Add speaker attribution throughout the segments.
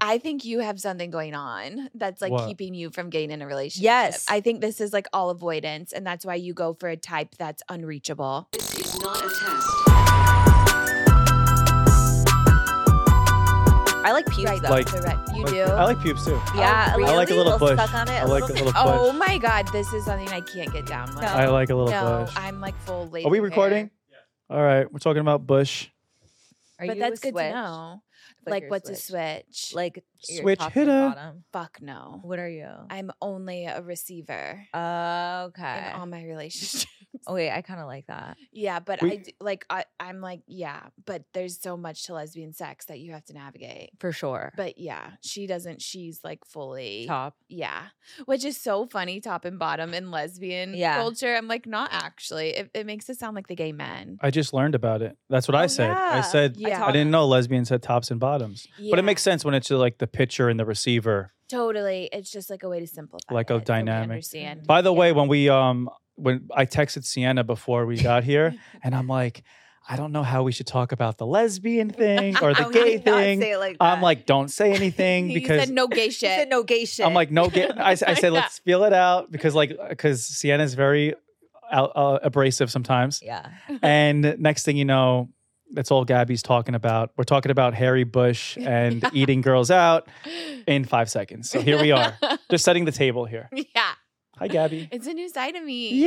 Speaker 1: I think you have something going on that's like
Speaker 2: What?
Speaker 1: keeping you from getting in a relationship.
Speaker 3: Yes.
Speaker 1: I think this is like all avoidance, and that's why you go for a type that's unreachable.
Speaker 4: This is not a test.
Speaker 3: I like pubes
Speaker 1: Right.
Speaker 3: though.
Speaker 2: Like-
Speaker 1: The re- you
Speaker 2: Like,
Speaker 1: do?
Speaker 2: I like pubes too.
Speaker 3: yeah,
Speaker 1: Oh,
Speaker 2: I like a
Speaker 3: really?
Speaker 2: little push.
Speaker 3: Stuck on it,
Speaker 2: I like a little
Speaker 1: oh
Speaker 2: push.
Speaker 1: my God, this is something I can't get down with.
Speaker 3: No.
Speaker 2: I like a little
Speaker 1: No,
Speaker 2: push.
Speaker 1: I'm like full lady.
Speaker 2: Are we
Speaker 1: hair.
Speaker 2: recording? All right, we're talking about Bush.
Speaker 3: Are
Speaker 1: but
Speaker 3: you
Speaker 1: that's
Speaker 3: a
Speaker 1: good
Speaker 3: switch?
Speaker 1: to know.
Speaker 3: Like,
Speaker 1: Like,
Speaker 3: you're
Speaker 1: what's a switch? Like,
Speaker 3: Like your
Speaker 2: Switch
Speaker 3: top and
Speaker 2: hitter.
Speaker 3: bottom.
Speaker 1: fuck no.
Speaker 3: What are you?
Speaker 1: I'm only a receiver
Speaker 3: Okay.
Speaker 1: in all my relationships.
Speaker 3: Oh wait, I kind of like that.
Speaker 1: yeah, but I
Speaker 2: We-
Speaker 1: d- like I, I'm like yeah, but there's so much to lesbian sex that you have to navigate.
Speaker 3: For sure.
Speaker 1: But yeah, she doesn't. She's like fully
Speaker 3: top.
Speaker 1: yeah, which is so funny. Top and bottom in lesbian
Speaker 3: Yeah.
Speaker 1: culture. I'm like not actually. It, it makes it sound like the gay men.
Speaker 2: I just learned about it. That's what I
Speaker 3: Oh,
Speaker 2: said.
Speaker 3: yeah.
Speaker 2: I said
Speaker 1: Yeah.
Speaker 2: I didn't know lesbians had tops and bottoms, but
Speaker 1: Yeah,
Speaker 2: it makes sense when it's uh, like the pitcher and the receiver.
Speaker 1: totally. It's just like a way to simplify.
Speaker 2: Like a
Speaker 1: it, so we
Speaker 2: dynamic.
Speaker 1: understand.
Speaker 2: By the
Speaker 1: Yeah.
Speaker 2: way, when we um when I texted Sienna before we got here, and I'm like, I don't know how we should talk about the lesbian thing or the
Speaker 3: Oh, you
Speaker 2: gay
Speaker 3: did not
Speaker 2: thing.
Speaker 3: say it like
Speaker 2: I'm
Speaker 3: that.
Speaker 2: like, don't say anything
Speaker 1: You
Speaker 2: because
Speaker 1: said no gay
Speaker 3: You said
Speaker 1: shit.
Speaker 3: no gay shit.
Speaker 2: I'm like, no, get. I, s- I
Speaker 1: Like
Speaker 2: said,
Speaker 1: that.
Speaker 2: let's feel it out because, like, because Sienna's very out, uh, abrasive sometimes.
Speaker 3: yeah.
Speaker 2: And next thing you know, that's all Gabby's talking about. We're talking about Harry Bush and eating girls out in five seconds. So here we are, just setting the table here.
Speaker 1: yeah,
Speaker 2: Hi, Gabby.
Speaker 1: it's a new side of me.
Speaker 2: Yay,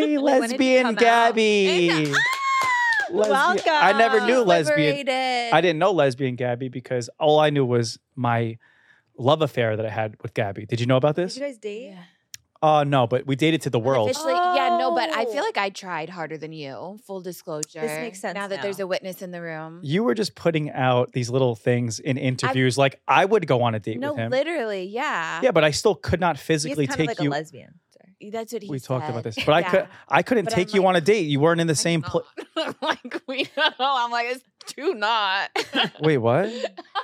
Speaker 3: When did you
Speaker 2: lesbian
Speaker 3: come out? uh,
Speaker 2: Gabby. Lesbian- I never knew
Speaker 3: Welcome.
Speaker 2: lesbian.
Speaker 1: Liberated.
Speaker 2: I didn't know lesbian Gabby because all I knew was my love affair that I had with Gabby. Did you know about
Speaker 3: Did
Speaker 2: this?
Speaker 3: you guys date?
Speaker 1: Yeah.
Speaker 2: Uh no, but we dated to the world.
Speaker 1: Officially, yeah, no, but I feel
Speaker 3: Oh.
Speaker 1: like I tried harder than you. Full disclosure.
Speaker 3: makes sense
Speaker 1: now that there's
Speaker 3: now.
Speaker 1: a witness in the room.
Speaker 2: Mm-hmm. You were just putting out these little things in interviews. like I would go on a date
Speaker 1: no,
Speaker 2: with him.
Speaker 1: literally, yeah.
Speaker 2: yeah, but I still could not
Speaker 3: He is
Speaker 2: physically
Speaker 3: kind of
Speaker 2: take
Speaker 3: like
Speaker 2: you.
Speaker 3: a lesbian. Sorry.
Speaker 1: That's what he
Speaker 2: we talked about
Speaker 1: said.
Speaker 2: this, but I could
Speaker 1: Yeah.
Speaker 2: I couldn't
Speaker 1: But I'm
Speaker 2: take you
Speaker 1: like,
Speaker 2: on a date. You weren't in the
Speaker 1: I'm
Speaker 2: same place.
Speaker 1: not. I'm like, we don't know. I'm like, it's too not.
Speaker 2: Wait, what?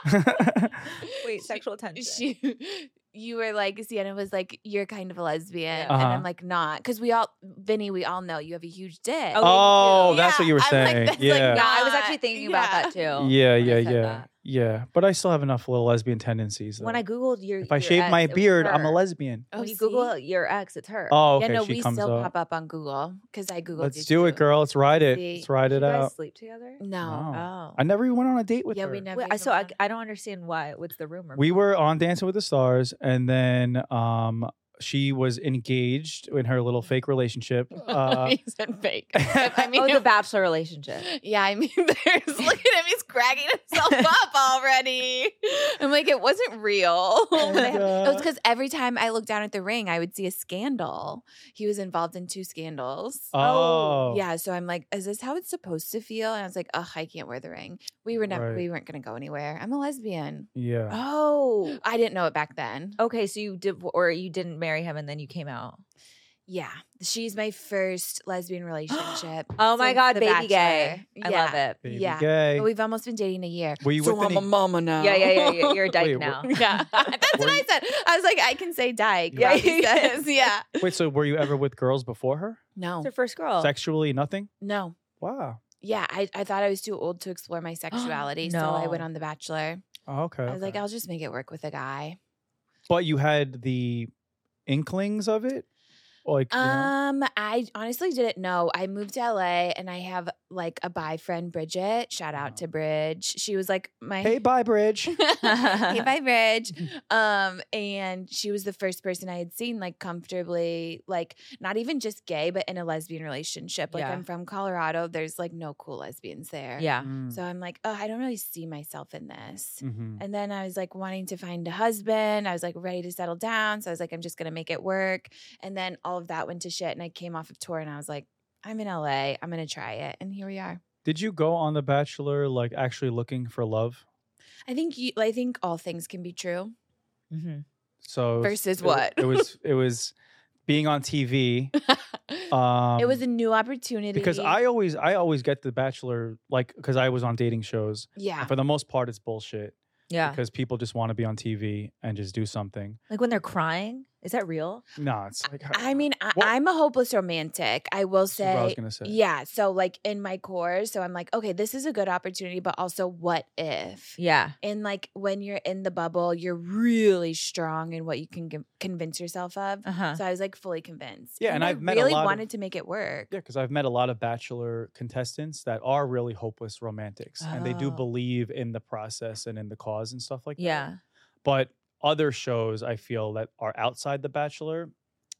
Speaker 1: Oh,
Speaker 3: Wait, sexual tension.
Speaker 1: she you were like Sienna was like you're kind of a lesbian
Speaker 3: Yeah.
Speaker 1: and
Speaker 2: Uh-huh.
Speaker 1: I'm like not because we all Vinny we all know you have a huge dick
Speaker 3: Oh,
Speaker 2: oh, that's what you were
Speaker 1: I'm like,
Speaker 2: saying.
Speaker 1: that's, like,
Speaker 2: yeah.
Speaker 3: no, I was
Speaker 1: Not-
Speaker 3: actually thinking about
Speaker 1: yeah.
Speaker 3: that
Speaker 2: yeah,
Speaker 3: too. when I
Speaker 2: yeah,
Speaker 3: said
Speaker 2: yeah,
Speaker 3: that.
Speaker 2: yeah. But I still have enough little lesbian tendencies.
Speaker 3: When
Speaker 2: though.
Speaker 3: I googled your,
Speaker 2: if I
Speaker 3: your
Speaker 2: shave
Speaker 3: ex,
Speaker 2: my
Speaker 3: it was
Speaker 2: beard, I'm a
Speaker 3: her.
Speaker 2: lesbian.
Speaker 3: When you
Speaker 1: oh, see?
Speaker 3: Google your ex, it's her.
Speaker 2: Oh, okay,
Speaker 1: yeah no
Speaker 2: she
Speaker 1: we
Speaker 2: comes
Speaker 1: still
Speaker 2: up.
Speaker 1: pop up on Google because I googled
Speaker 2: Let's
Speaker 1: you
Speaker 2: do it,
Speaker 1: too.
Speaker 2: girl. Let's ride it.
Speaker 1: See,
Speaker 2: Let's ride
Speaker 3: Do you
Speaker 2: it
Speaker 3: guys
Speaker 2: out.
Speaker 3: sleep together?
Speaker 1: no
Speaker 2: uh, No.
Speaker 3: Oh.
Speaker 2: I never even went on a date with
Speaker 1: yeah
Speaker 2: her.
Speaker 1: we never
Speaker 3: Wait, I
Speaker 1: even
Speaker 3: so I,
Speaker 1: went.
Speaker 3: I don't understand why. What's the rumor?
Speaker 2: we were on Dancing with the Stars, and then um, she was engaged in her little fake relationship. Uh,
Speaker 1: He said fake I mean
Speaker 3: oh, the bachelor relationship.
Speaker 1: yeah I mean there's look at him he's cracking himself up already I'm like it wasn't real
Speaker 3: Oh
Speaker 2: and,
Speaker 1: They have-
Speaker 2: uh,
Speaker 1: It was because every time I looked down at the ring, I would see a scandal. He was involved in two scandals.
Speaker 2: oh,
Speaker 1: Yeah, so I'm like, is this how it's supposed to feel? And I was like, ugh, I can't wear the ring. We were never,
Speaker 2: Right.
Speaker 1: we weren't gonna go anywhere. I'm a lesbian.
Speaker 2: yeah.
Speaker 3: Oh.
Speaker 1: I didn't know it back then.
Speaker 3: Okay, so you did, or you didn't marry him, and then you came out.
Speaker 1: Yeah, she's my first lesbian relationship.
Speaker 3: Oh my
Speaker 1: since
Speaker 3: God,
Speaker 1: The
Speaker 3: baby
Speaker 1: Bachelor.
Speaker 3: gay! I
Speaker 1: Yeah.
Speaker 3: love it.
Speaker 2: Baby
Speaker 1: yeah.
Speaker 2: gay.
Speaker 1: But we've almost been dating a year.
Speaker 2: Were you
Speaker 1: so
Speaker 2: with
Speaker 1: I'm a
Speaker 2: any-
Speaker 1: mama now.
Speaker 3: Yeah, yeah, yeah, yeah. You're a dyke
Speaker 2: Wait, what-
Speaker 3: now.
Speaker 1: yeah, that's what
Speaker 2: Were
Speaker 1: I
Speaker 2: you-
Speaker 1: said. I was like, I can say dyke.
Speaker 3: Yeah.
Speaker 1: Yeah, says, yeah.
Speaker 2: Wait, so were you ever with girls before her?
Speaker 1: No,
Speaker 3: It's her first
Speaker 1: Oh.
Speaker 3: girl.
Speaker 2: Sexually, nothing.
Speaker 1: no,
Speaker 2: Wow.
Speaker 1: yeah, I, I thought I was too old to explore my sexuality. So I went
Speaker 3: No.
Speaker 1: on The Bachelor.
Speaker 2: Oh, okay.
Speaker 1: I was like, oh.
Speaker 2: okay.
Speaker 1: I'll just make it work with a guy.
Speaker 2: but you had the inklings of it, like. you know-
Speaker 1: Um, I honestly didn't know. I moved to LA and I have like a bi friend, Bridget. Shout out to Bridge. She was like my
Speaker 2: Hey, bye, Bridge.
Speaker 1: hey, bye, Bridge. Um, and she was the first person I had seen like comfortably, like not even just gay, but in a lesbian relationship. Like
Speaker 3: Yeah.
Speaker 1: I'm from Colorado. There's like no cool lesbians there.
Speaker 3: Yeah.
Speaker 1: So I'm like, oh, I don't really see myself in this.
Speaker 2: Mm, Mm-hmm.
Speaker 3: Mm.
Speaker 1: And then I was like wanting to find a husband. I was like ready to settle down. So I was like, I'm just going to make it work. And then all of that went to shit. And I came off of tour and I was like, I'm in LA. I'm going to try it. And here we are.
Speaker 2: Did you go on The Bachelor like actually looking for love?
Speaker 1: I think you, I think all things can be true.
Speaker 3: Mhm.
Speaker 2: So
Speaker 1: Versus
Speaker 2: it wa-
Speaker 1: what?
Speaker 2: it was it was being on TV. Um,
Speaker 1: it was a new opportunity.
Speaker 2: because I always I always get The Bachelor like because I was on dating shows.
Speaker 1: yeah.
Speaker 2: And for the most part, it's bullshit
Speaker 3: Yeah.
Speaker 2: because people just want to be on TV and just do something.
Speaker 3: Like when they're crying. Is that real?
Speaker 2: No, it's like
Speaker 1: I mean, I,
Speaker 2: What-
Speaker 1: I'm a hopeless romantic. I will
Speaker 2: that's what I was
Speaker 1: say,
Speaker 2: gonna say.
Speaker 1: yeah. So, like in my core, so I'm like, okay, this is a good opportunity, but also, what if?
Speaker 3: Yeah.
Speaker 1: And like when you're in the bubble, you're really strong in what you can con- convince yourself of.
Speaker 3: Uh huh.
Speaker 1: So I was like fully convinced.
Speaker 2: Uh-huh. Yeah, and
Speaker 1: I
Speaker 2: I've met a
Speaker 1: really
Speaker 2: lot of-
Speaker 1: wanted to make it work.
Speaker 2: Yeah, because I've met a lot of bachelor contestants that are really hopeless romantics, and they do
Speaker 3: Oh.
Speaker 2: believe in the process and in the cause and stuff like that.
Speaker 3: Yeah.
Speaker 2: But other shows, I feel that are outside the Bachelor,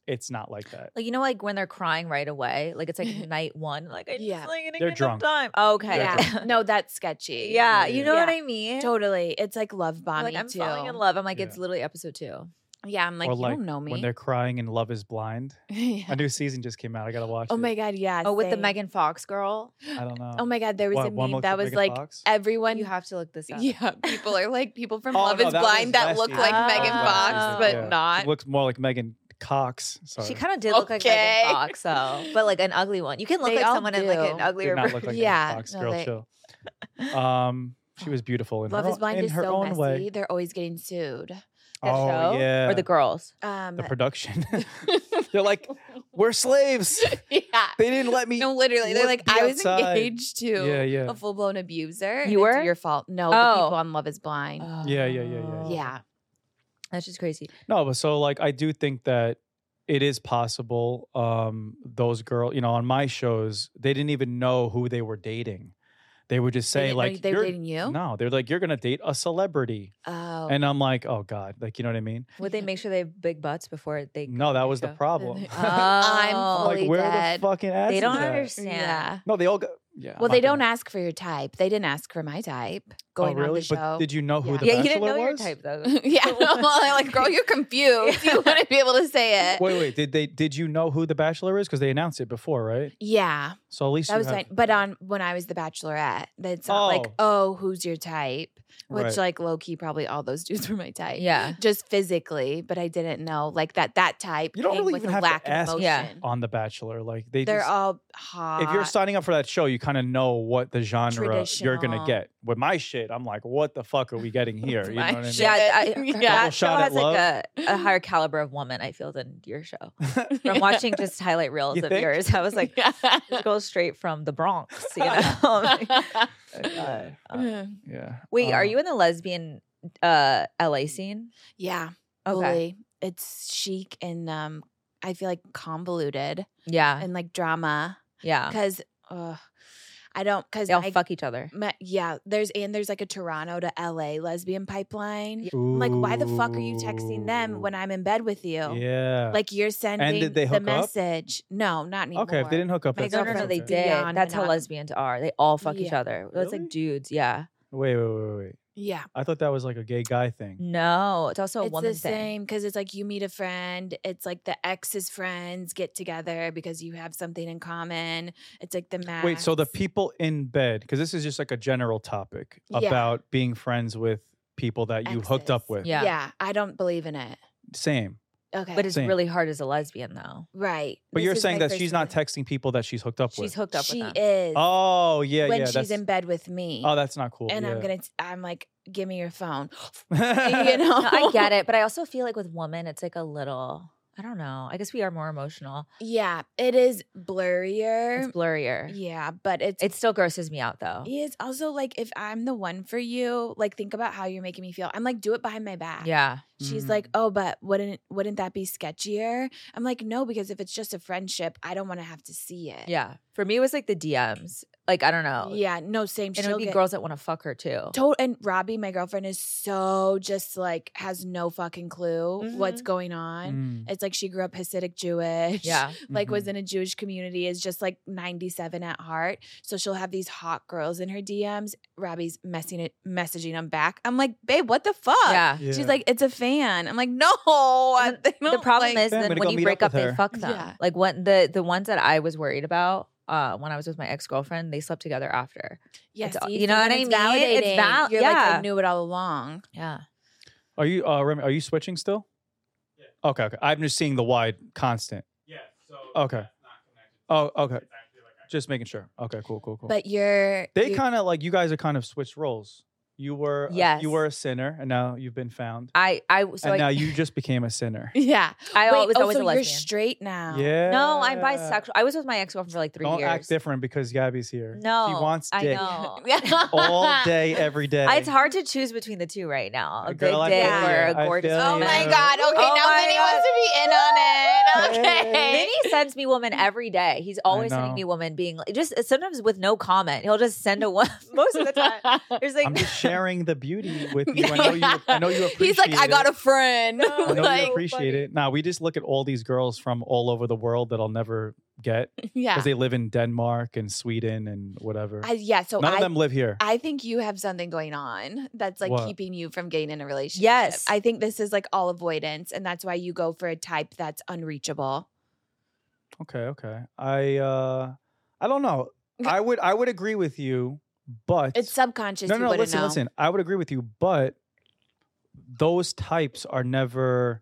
Speaker 2: it's not like that.
Speaker 3: Like you know, like when they're crying right away, like it's like night one. Like I just
Speaker 1: Yeah.
Speaker 3: like, I didn't
Speaker 2: They're
Speaker 3: get enough
Speaker 2: drunk.
Speaker 3: Time. Oh, okay.
Speaker 2: They're
Speaker 1: Yeah, no, that's sketchy.
Speaker 3: yeah. You know what
Speaker 1: Yeah.
Speaker 3: I mean?
Speaker 1: totally. It's like love
Speaker 3: I'm
Speaker 1: bombing
Speaker 3: Like I'm
Speaker 1: too.
Speaker 3: falling in love. I'm like,
Speaker 2: Yeah.
Speaker 3: it's literally episode two.
Speaker 1: Yeah, I'm like,
Speaker 2: or
Speaker 1: you
Speaker 2: like
Speaker 1: don't know me.
Speaker 2: when they're crying and Love Is Blind.
Speaker 1: Yeah.
Speaker 2: A new season just came out. I gotta watch.
Speaker 1: Oh
Speaker 2: it.
Speaker 1: my god, yeah.
Speaker 3: Oh, with the
Speaker 1: same.
Speaker 3: Megan Fox girl.
Speaker 2: I don't know.
Speaker 1: Oh my god, there was
Speaker 2: What,
Speaker 1: a
Speaker 2: One
Speaker 1: meme
Speaker 2: Look
Speaker 1: that
Speaker 2: at
Speaker 1: was
Speaker 2: Megan
Speaker 1: like
Speaker 2: Fox?
Speaker 1: everyone.
Speaker 3: You have to look this up.
Speaker 1: yeah, people are like people from
Speaker 2: Oh,
Speaker 1: Love
Speaker 2: no,
Speaker 1: Is
Speaker 2: that was
Speaker 1: Blind Oh, that
Speaker 2: last
Speaker 1: look
Speaker 2: season.
Speaker 1: like
Speaker 3: That was
Speaker 1: Megan
Speaker 3: last
Speaker 1: Fox,
Speaker 3: season,
Speaker 1: but
Speaker 3: yeah.
Speaker 1: not.
Speaker 2: It Oh, looks more like Megan Cox. Sorry.
Speaker 3: She kind of did look
Speaker 1: Okay.
Speaker 3: like Megan Fox, though, but like an ugly one. You can look
Speaker 1: They
Speaker 3: like
Speaker 1: all
Speaker 3: someone in like an
Speaker 1: do.
Speaker 3: uglier
Speaker 2: did not look
Speaker 3: version.
Speaker 2: like
Speaker 1: Yeah,
Speaker 2: Megan Fox.
Speaker 1: no,
Speaker 2: Girl,
Speaker 1: they-
Speaker 2: chill. Um, she was beautiful in
Speaker 1: Love
Speaker 2: her,
Speaker 1: Is
Speaker 2: own-
Speaker 1: Blind
Speaker 2: in
Speaker 1: is
Speaker 2: her
Speaker 1: so
Speaker 2: own
Speaker 1: messy.
Speaker 2: way.
Speaker 1: They're always getting sued.
Speaker 3: That
Speaker 2: oh
Speaker 3: show?
Speaker 2: yeah,
Speaker 3: Or the girls.
Speaker 1: Um,
Speaker 2: the production. They're like, we're slaves.
Speaker 1: yeah.
Speaker 2: They didn't let me.
Speaker 1: No, literally, they're
Speaker 2: would
Speaker 1: like,
Speaker 2: be
Speaker 1: I was
Speaker 2: outside."
Speaker 1: engaged to
Speaker 2: Yeah, yeah,
Speaker 1: a full blown abuser. and
Speaker 3: You
Speaker 1: it's
Speaker 3: were?
Speaker 1: your fault. No, the
Speaker 3: Oh.
Speaker 1: people on Love Is Blind.
Speaker 2: yeah, yeah, yeah, Oh.
Speaker 1: yeah,
Speaker 3: That's just crazy.
Speaker 2: no. But so like, I do think that it is possible. Um, those girls, you know, on my shows, they didn't even know who they were dating. They would just
Speaker 1: They
Speaker 2: say
Speaker 1: didn't know
Speaker 2: like,
Speaker 1: they were
Speaker 2: "You're-"
Speaker 1: dating you.
Speaker 2: No, they're like, you're gonna date a celebrity,
Speaker 1: Oh,
Speaker 2: and I'm like, oh god, like you know what I mean?
Speaker 3: Would they make sure they have big butts before they? go
Speaker 2: No,
Speaker 3: on
Speaker 2: that
Speaker 3: their
Speaker 2: was the
Speaker 3: show?
Speaker 2: problem.
Speaker 1: I'm
Speaker 3: Oh.
Speaker 1: fully
Speaker 2: like, where
Speaker 1: dead.
Speaker 2: the fucking ass?
Speaker 3: They
Speaker 2: is
Speaker 3: don't
Speaker 2: that?
Speaker 3: understand.
Speaker 1: Yeah.
Speaker 2: No, they all got. Yeah.
Speaker 1: Well, they don't ask for your type. They didn't ask for my type
Speaker 2: Oh,
Speaker 1: going on
Speaker 2: really?
Speaker 1: the show.
Speaker 2: But did you know who
Speaker 1: Yeah.
Speaker 2: the
Speaker 3: yeah,
Speaker 2: bachelor
Speaker 3: you didn't know your
Speaker 2: was?
Speaker 3: type though.
Speaker 1: yeah, well, I'm like, girl, you're confused. You want to be able to say it.
Speaker 2: Wait, wait. Did they? Did you know who the bachelor is? Because they announced it before, right?
Speaker 1: Yeah,
Speaker 2: So at least
Speaker 1: that
Speaker 2: you
Speaker 1: was
Speaker 2: have,
Speaker 1: fine. But on when I was the Bachelorette, that's not like, oh, who's your type? Which,
Speaker 2: Right.
Speaker 1: like, low key, probably all those dudes were my type.
Speaker 3: yeah.
Speaker 1: just physically, but I didn't know like that that type
Speaker 2: You don't
Speaker 1: came
Speaker 2: really
Speaker 1: with
Speaker 2: even
Speaker 1: a
Speaker 2: have to
Speaker 1: lack
Speaker 2: ask
Speaker 1: of
Speaker 3: Yeah.
Speaker 1: emotion.
Speaker 2: on the bachelor. Like they
Speaker 1: They're
Speaker 2: just.
Speaker 1: all hot.
Speaker 2: if you're signing up for that show, you kind of know what the genre you're gonna
Speaker 1: Traditional.
Speaker 2: get. With my shit, I'm like, what the fuck are we getting here? You know
Speaker 1: My
Speaker 2: what I mean?
Speaker 1: shit.
Speaker 3: Yeah, I,
Speaker 1: Yeah.
Speaker 3: that show
Speaker 2: shot at
Speaker 3: has like a, a higher caliber of woman. I feel than your show. From watching just highlight reels
Speaker 2: You
Speaker 3: of
Speaker 2: think?
Speaker 3: yours, I was like, this goes straight from the Bronx. You know. God. Um,
Speaker 2: Yeah.
Speaker 3: Wait, are
Speaker 2: Um,
Speaker 3: you in the lesbian uh LA scene?
Speaker 1: yeah,
Speaker 3: Okay.
Speaker 1: fully. It's chic and um, I feel like convoluted
Speaker 3: Yeah.
Speaker 1: and like drama
Speaker 3: Yeah.
Speaker 1: because I don't because
Speaker 3: They all fuck each other.
Speaker 1: yeah, there's and there's like a Toronto to LA lesbian pipeline. I'm like, why the fuck are you texting them when
Speaker 2: Ooh.
Speaker 1: I'm in bed with you?
Speaker 2: Yeah.
Speaker 1: Like you're sending
Speaker 2: did they
Speaker 1: the
Speaker 2: hook up?
Speaker 1: message. No, not anymore.
Speaker 2: okay, if they didn't hook up,
Speaker 1: My
Speaker 2: that's
Speaker 3: No, no, no,
Speaker 2: fine.
Speaker 1: girlfriend's
Speaker 3: they
Speaker 2: Okay.
Speaker 3: did.
Speaker 1: beyond
Speaker 3: That's how
Speaker 1: monogamous.
Speaker 3: lesbians are. They all fuck each
Speaker 1: Yeah.
Speaker 3: other. It's
Speaker 2: Really?
Speaker 3: like dudes, yeah.
Speaker 2: Wait, wait, wait, wait, wait.
Speaker 1: Yeah.
Speaker 2: I thought that was like a gay guy thing.
Speaker 3: No, it's also a
Speaker 1: it's
Speaker 3: woman
Speaker 1: the
Speaker 3: thing.
Speaker 1: same because it's like you meet a friend. It's like the ex's friends get together because you have something in common. It's like the match.
Speaker 2: Wait, so the people in bed, because this is just like a general topic
Speaker 1: Yeah.
Speaker 2: about being friends with people that you hooked up
Speaker 1: Exes.
Speaker 2: with.
Speaker 1: Yeah.
Speaker 3: Yeah.
Speaker 1: I don't believe in it.
Speaker 2: Same.
Speaker 1: Okay,
Speaker 3: But it's
Speaker 2: Same.
Speaker 3: really hard as a lesbian though.
Speaker 1: right.
Speaker 2: But
Speaker 1: This
Speaker 2: you're
Speaker 1: is
Speaker 2: saying
Speaker 1: my
Speaker 2: that she's
Speaker 1: first
Speaker 2: not
Speaker 1: time.
Speaker 2: texting people that she's hooked up
Speaker 3: She's
Speaker 2: with.
Speaker 3: hooked up
Speaker 1: She
Speaker 3: with them.
Speaker 1: is.
Speaker 2: oh, yeah,
Speaker 1: when
Speaker 2: yeah.
Speaker 1: she's
Speaker 2: that's-
Speaker 1: in bed with me.
Speaker 2: Oh, that's not cool.
Speaker 1: and
Speaker 2: yeah.
Speaker 1: I'm gonna. T- I'm like, give me your phone.
Speaker 2: gonna
Speaker 1: you know.
Speaker 3: No, I get it, but I also feel like with women it's like a little I don't know. I guess we are more emotional.
Speaker 1: Yeah, it is blurrier.
Speaker 3: It's blurrier.
Speaker 1: yeah, but it's
Speaker 3: It still grosses me out though.
Speaker 1: It's also like if I'm the one for you, like think about how you're making me feel. I'm like, do it behind my back.
Speaker 3: Yeah.
Speaker 1: She's like,
Speaker 2: Mm.
Speaker 1: "Oh, but wouldn't wouldn't that be sketchier?" I'm like, "No, because if it's just a friendship, I don't want to have to see it."
Speaker 3: Yeah. For me it was like the DMs. Like I don't know.
Speaker 1: yeah, no, same.
Speaker 3: And it
Speaker 1: She'll
Speaker 3: would be
Speaker 1: get-
Speaker 3: girls that want to fuck her too.
Speaker 1: To- and Robbie, my girlfriend, is so just like has no fucking clue what's going on.
Speaker 2: Mm,
Speaker 1: It's like she grew up Hasidic Jewish.
Speaker 3: Mm-hmm. Yeah.
Speaker 1: Like was
Speaker 2: mhm.
Speaker 1: in a Jewish community is just like 97 at heart. So she'll have these hot girls in her DMs. Robbie's messing it, messaging them back. I'm like, babe, what the fuck?
Speaker 3: Yeah.
Speaker 2: Yeah.
Speaker 1: She's like, it's a fan. I'm like, no. I-
Speaker 3: And
Speaker 1: they
Speaker 3: the
Speaker 1: don't,
Speaker 3: problem
Speaker 1: like-
Speaker 3: is
Speaker 2: Yeah, I'm
Speaker 3: then
Speaker 2: gonna
Speaker 3: when
Speaker 2: go
Speaker 3: you
Speaker 2: meet
Speaker 3: break
Speaker 2: up
Speaker 3: up,
Speaker 2: with
Speaker 3: they
Speaker 2: her.
Speaker 3: fuck them.
Speaker 1: Yeah.
Speaker 3: Like when the the ones that I was worried about uh, when I was with my ex girlfriend, they slept together after.
Speaker 1: Yeah,
Speaker 3: It's-
Speaker 1: see,
Speaker 3: you know
Speaker 1: so
Speaker 3: what
Speaker 1: then
Speaker 3: I mean? It's
Speaker 1: validating.
Speaker 3: val-
Speaker 1: You're like, I
Speaker 3: yeah.
Speaker 1: knew it all along.
Speaker 3: Yeah,
Speaker 2: Are you uh, Remy, are you switching still? Yeah. Okay, okay. I'm just seeing the wide constant.
Speaker 4: Yeah. So
Speaker 2: Okay.
Speaker 4: that's not connected.
Speaker 2: Oh, okay.
Speaker 4: It's actually like
Speaker 2: Just making sure. Okay, cool, cool, cool.
Speaker 1: But you're
Speaker 2: they
Speaker 1: you-
Speaker 2: kind of like you guys are kind of switched roles. You were
Speaker 3: Yes.
Speaker 2: you were a sinner, and now you've been found,
Speaker 3: I I so
Speaker 2: and
Speaker 3: I,
Speaker 2: now you just became a sinner.
Speaker 1: Yeah.
Speaker 3: I
Speaker 1: Wait,
Speaker 3: was
Speaker 1: oh,
Speaker 3: always
Speaker 1: so
Speaker 3: a lesbian.
Speaker 1: You're straight now.
Speaker 2: Yeah.
Speaker 3: no, I'm bisexual. I was with my ex girlfriend for like 3
Speaker 2: Don't
Speaker 3: years.
Speaker 2: act different because Gabby's here.
Speaker 3: No,
Speaker 2: she wants
Speaker 3: I
Speaker 2: dick
Speaker 3: know.
Speaker 2: all day, every day.
Speaker 3: It's hard to choose between the two right now. A
Speaker 2: Girl, I
Speaker 3: good dick
Speaker 1: feel
Speaker 3: or
Speaker 2: you. I
Speaker 3: a gorgeous
Speaker 2: feel
Speaker 1: Oh
Speaker 2: you.
Speaker 3: woman.
Speaker 1: my God. Okay,
Speaker 3: Oh
Speaker 1: now
Speaker 3: my
Speaker 1: Minnie
Speaker 3: God.
Speaker 1: wants to be in on it. Okay.
Speaker 3: Vinny sends me woman every day. He's always sending
Speaker 2: know.
Speaker 3: me woman, being like, just uh, sometimes with no comment. He'll just send a one most of the time. There's like
Speaker 2: I'm just sharing the beauty with you. I know you. I know you appreciate.
Speaker 1: He's like, I got
Speaker 2: it.
Speaker 1: a friend.
Speaker 2: I know
Speaker 1: like,
Speaker 2: you appreciate it. Now we just look at all these girls from all over the world that I'll never get
Speaker 1: yeah.
Speaker 2: because they live in Denmark and Sweden and whatever.
Speaker 1: I, yeah. So
Speaker 2: None
Speaker 1: I,
Speaker 2: of them live here.
Speaker 1: I think you have something going on that's like
Speaker 2: What?
Speaker 1: keeping you from getting in a relationship.
Speaker 3: Yes.
Speaker 1: I think this is like all avoidance, and that's why you go for a type that's unreachable.
Speaker 2: okay, okay. I uh, I don't know. I would I would agree with you, but
Speaker 1: It's subconscious.
Speaker 2: no,
Speaker 1: you
Speaker 2: no.
Speaker 1: wouldn't
Speaker 2: Listen,
Speaker 1: know.
Speaker 2: listen. I would agree with you, but those types are never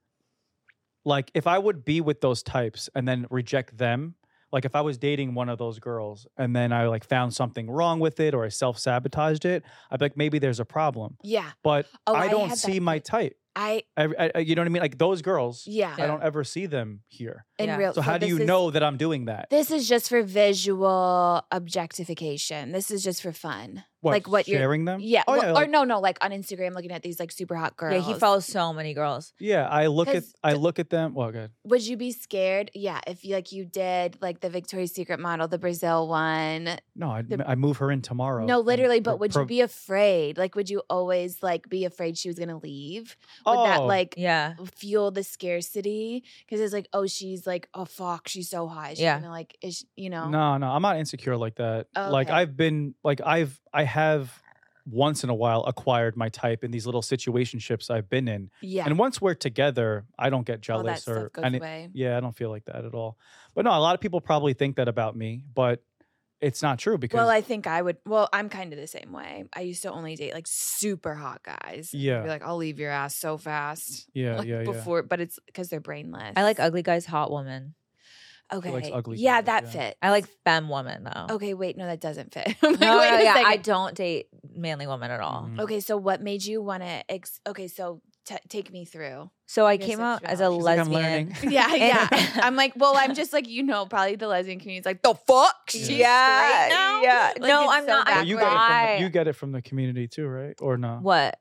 Speaker 2: like if I would be with those types and then reject them. Like if I was dating one of those girls and then I like found something wrong with it or I self sabotaged it, I'd be like maybe there's a problem.
Speaker 1: Yeah.
Speaker 2: But
Speaker 1: Oh,
Speaker 2: I don't
Speaker 1: had that
Speaker 2: see my
Speaker 1: thing.
Speaker 2: type.
Speaker 1: I
Speaker 2: Every- I, I, you know what I mean? Like those girls,
Speaker 1: yeah.
Speaker 2: I don't ever see them here.
Speaker 1: In
Speaker 3: Yeah.
Speaker 1: real.
Speaker 2: So how do
Speaker 1: this
Speaker 2: you
Speaker 1: is-
Speaker 2: know that I'm doing that?
Speaker 1: This is just for visual objectification. This is just for fun. like what you're-
Speaker 2: sharing them?
Speaker 1: Yeah.
Speaker 2: Oh,
Speaker 1: well,
Speaker 2: yeah,
Speaker 1: or
Speaker 2: like-
Speaker 1: no, no. Like on Instagram, looking at these like super hot girls.
Speaker 3: yeah, he follows so many girls.
Speaker 2: yeah. I look at
Speaker 1: 'Cause
Speaker 2: I look at them. Well, good.
Speaker 1: Would you be scared? Yeah, if you, like you did like the Victoria's Secret model, the Brazil one.
Speaker 2: No, I
Speaker 1: The-
Speaker 2: I move her in tomorrow.
Speaker 1: No,
Speaker 2: and
Speaker 1: literally,
Speaker 2: pro-
Speaker 1: but would
Speaker 2: pro-
Speaker 1: you be afraid? Like would you always like be afraid she was going to leave? Would that
Speaker 2: Oh,
Speaker 1: like
Speaker 3: Yeah.
Speaker 1: fuel the scarcity? Cuz it's like, oh, she's like, oh fuck, she's so hot. She's
Speaker 3: Yeah.
Speaker 1: gonna like is she, you know.
Speaker 2: No, no, I'm not insecure like that.
Speaker 1: Oh,
Speaker 2: Like
Speaker 1: okay.
Speaker 2: I've been like I've I have once in a while acquired my type in these little situationships I've been in.
Speaker 1: Yeah.
Speaker 2: And once we're together, I don't get
Speaker 1: all that
Speaker 2: jealous or
Speaker 1: stuff goes
Speaker 2: and it-
Speaker 1: away.
Speaker 2: yeah, I don't feel like that at all. But no, a lot of people probably think that about me, but it's not true because
Speaker 1: Well, I think I would. Well, I'm kind of the same way. I used to only date like super hot guys. I'd
Speaker 2: Yeah.
Speaker 1: be like, I'll leave your ass so fast.
Speaker 2: yeah,
Speaker 1: like,
Speaker 2: yeah, yeah.
Speaker 1: Before, but it's because they're brainless.
Speaker 3: I like ugly guys, hot woman.
Speaker 1: Okay.
Speaker 2: likes ugly
Speaker 1: yeah,
Speaker 2: guys,
Speaker 1: that
Speaker 2: yeah.
Speaker 1: fit.
Speaker 3: I like femme woman though.
Speaker 1: Okay, wait, no, that doesn't fit. I'm like,
Speaker 3: No,
Speaker 1: wait
Speaker 3: no,
Speaker 1: a
Speaker 3: yeah, I
Speaker 1: second.
Speaker 3: don't date manly women at all.
Speaker 2: Mhm.
Speaker 1: okay, so what made you want to? Ex- okay, so t- take me through.
Speaker 3: So I
Speaker 1: Your
Speaker 3: came out as a
Speaker 1: sexuality.
Speaker 2: She's like,
Speaker 3: lesbian.
Speaker 2: I'm learning.
Speaker 1: Yeah,
Speaker 3: And-
Speaker 1: yeah. I'm like, well, I'm just like, you know, probably the lesbian community's like, the fuck? She's
Speaker 3: Yeah,
Speaker 1: straight now?
Speaker 3: yeah.
Speaker 1: Like,
Speaker 3: No,
Speaker 1: it's
Speaker 3: I'm
Speaker 1: so
Speaker 3: not.
Speaker 2: Well, you get it from
Speaker 3: Right.
Speaker 2: the, you get it from the community too, right? Or no?
Speaker 3: What?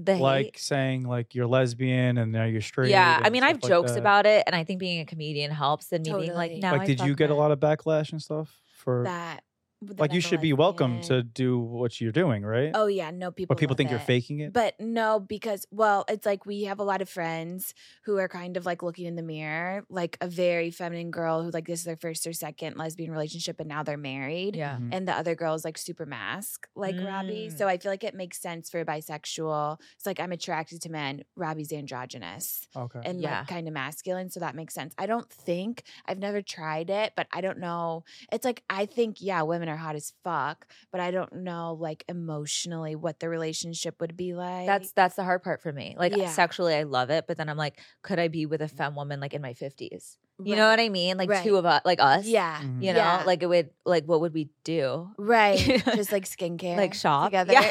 Speaker 3: The hate?
Speaker 2: Like saying like you're lesbian and now you're straight.
Speaker 3: Yeah,
Speaker 2: and
Speaker 3: I mean, I have
Speaker 2: stuff like
Speaker 3: jokes
Speaker 2: that.
Speaker 3: about it, and I think being a comedian helps. And me being like,
Speaker 1: Totally.
Speaker 3: now
Speaker 2: like
Speaker 3: I
Speaker 2: did you
Speaker 3: fuck
Speaker 2: get a
Speaker 3: men.
Speaker 2: lot of backlash and stuff for
Speaker 1: that. that
Speaker 2: like
Speaker 1: I'm
Speaker 2: you
Speaker 1: a
Speaker 2: should be welcome
Speaker 1: lesbian.
Speaker 2: to do what you're doing right
Speaker 1: Oh yeah, no people.
Speaker 2: but people
Speaker 1: love
Speaker 2: think you're
Speaker 1: it.
Speaker 2: faking it
Speaker 1: But no, because well, it's like we have a lot of friends who are kind of like looking in the mirror, like a very feminine girl who like this is their first or second lesbian relationship and now they're married.
Speaker 3: Yeah.
Speaker 2: Mhm.
Speaker 1: And the other girl is like super mask, like Robbie. So I feel like it makes sense for a bisexual. It's like I'm attracted to men. Robbie's androgynous
Speaker 2: okay
Speaker 1: and
Speaker 3: Yeah.
Speaker 1: like kind of masculine. So that makes sense. I don't think I've never tried it, but I don't know. It's like I think, yeah, women are hot as fuck, but I don't know like emotionally what the relationship would be like.
Speaker 3: That's that's the hard part for me. Like
Speaker 1: Yeah.
Speaker 3: sexually, I love it, but then I'm like, could I be with a femme woman like in my fifties? You know what I mean? Like
Speaker 1: Right.
Speaker 3: two of us, like us.
Speaker 1: Yeah.
Speaker 2: Mhm.
Speaker 3: You know,
Speaker 1: Yeah.
Speaker 3: like it would, like what would we do?
Speaker 1: Right. Just like skincare.
Speaker 3: Like shop
Speaker 1: together.
Speaker 3: Yeah.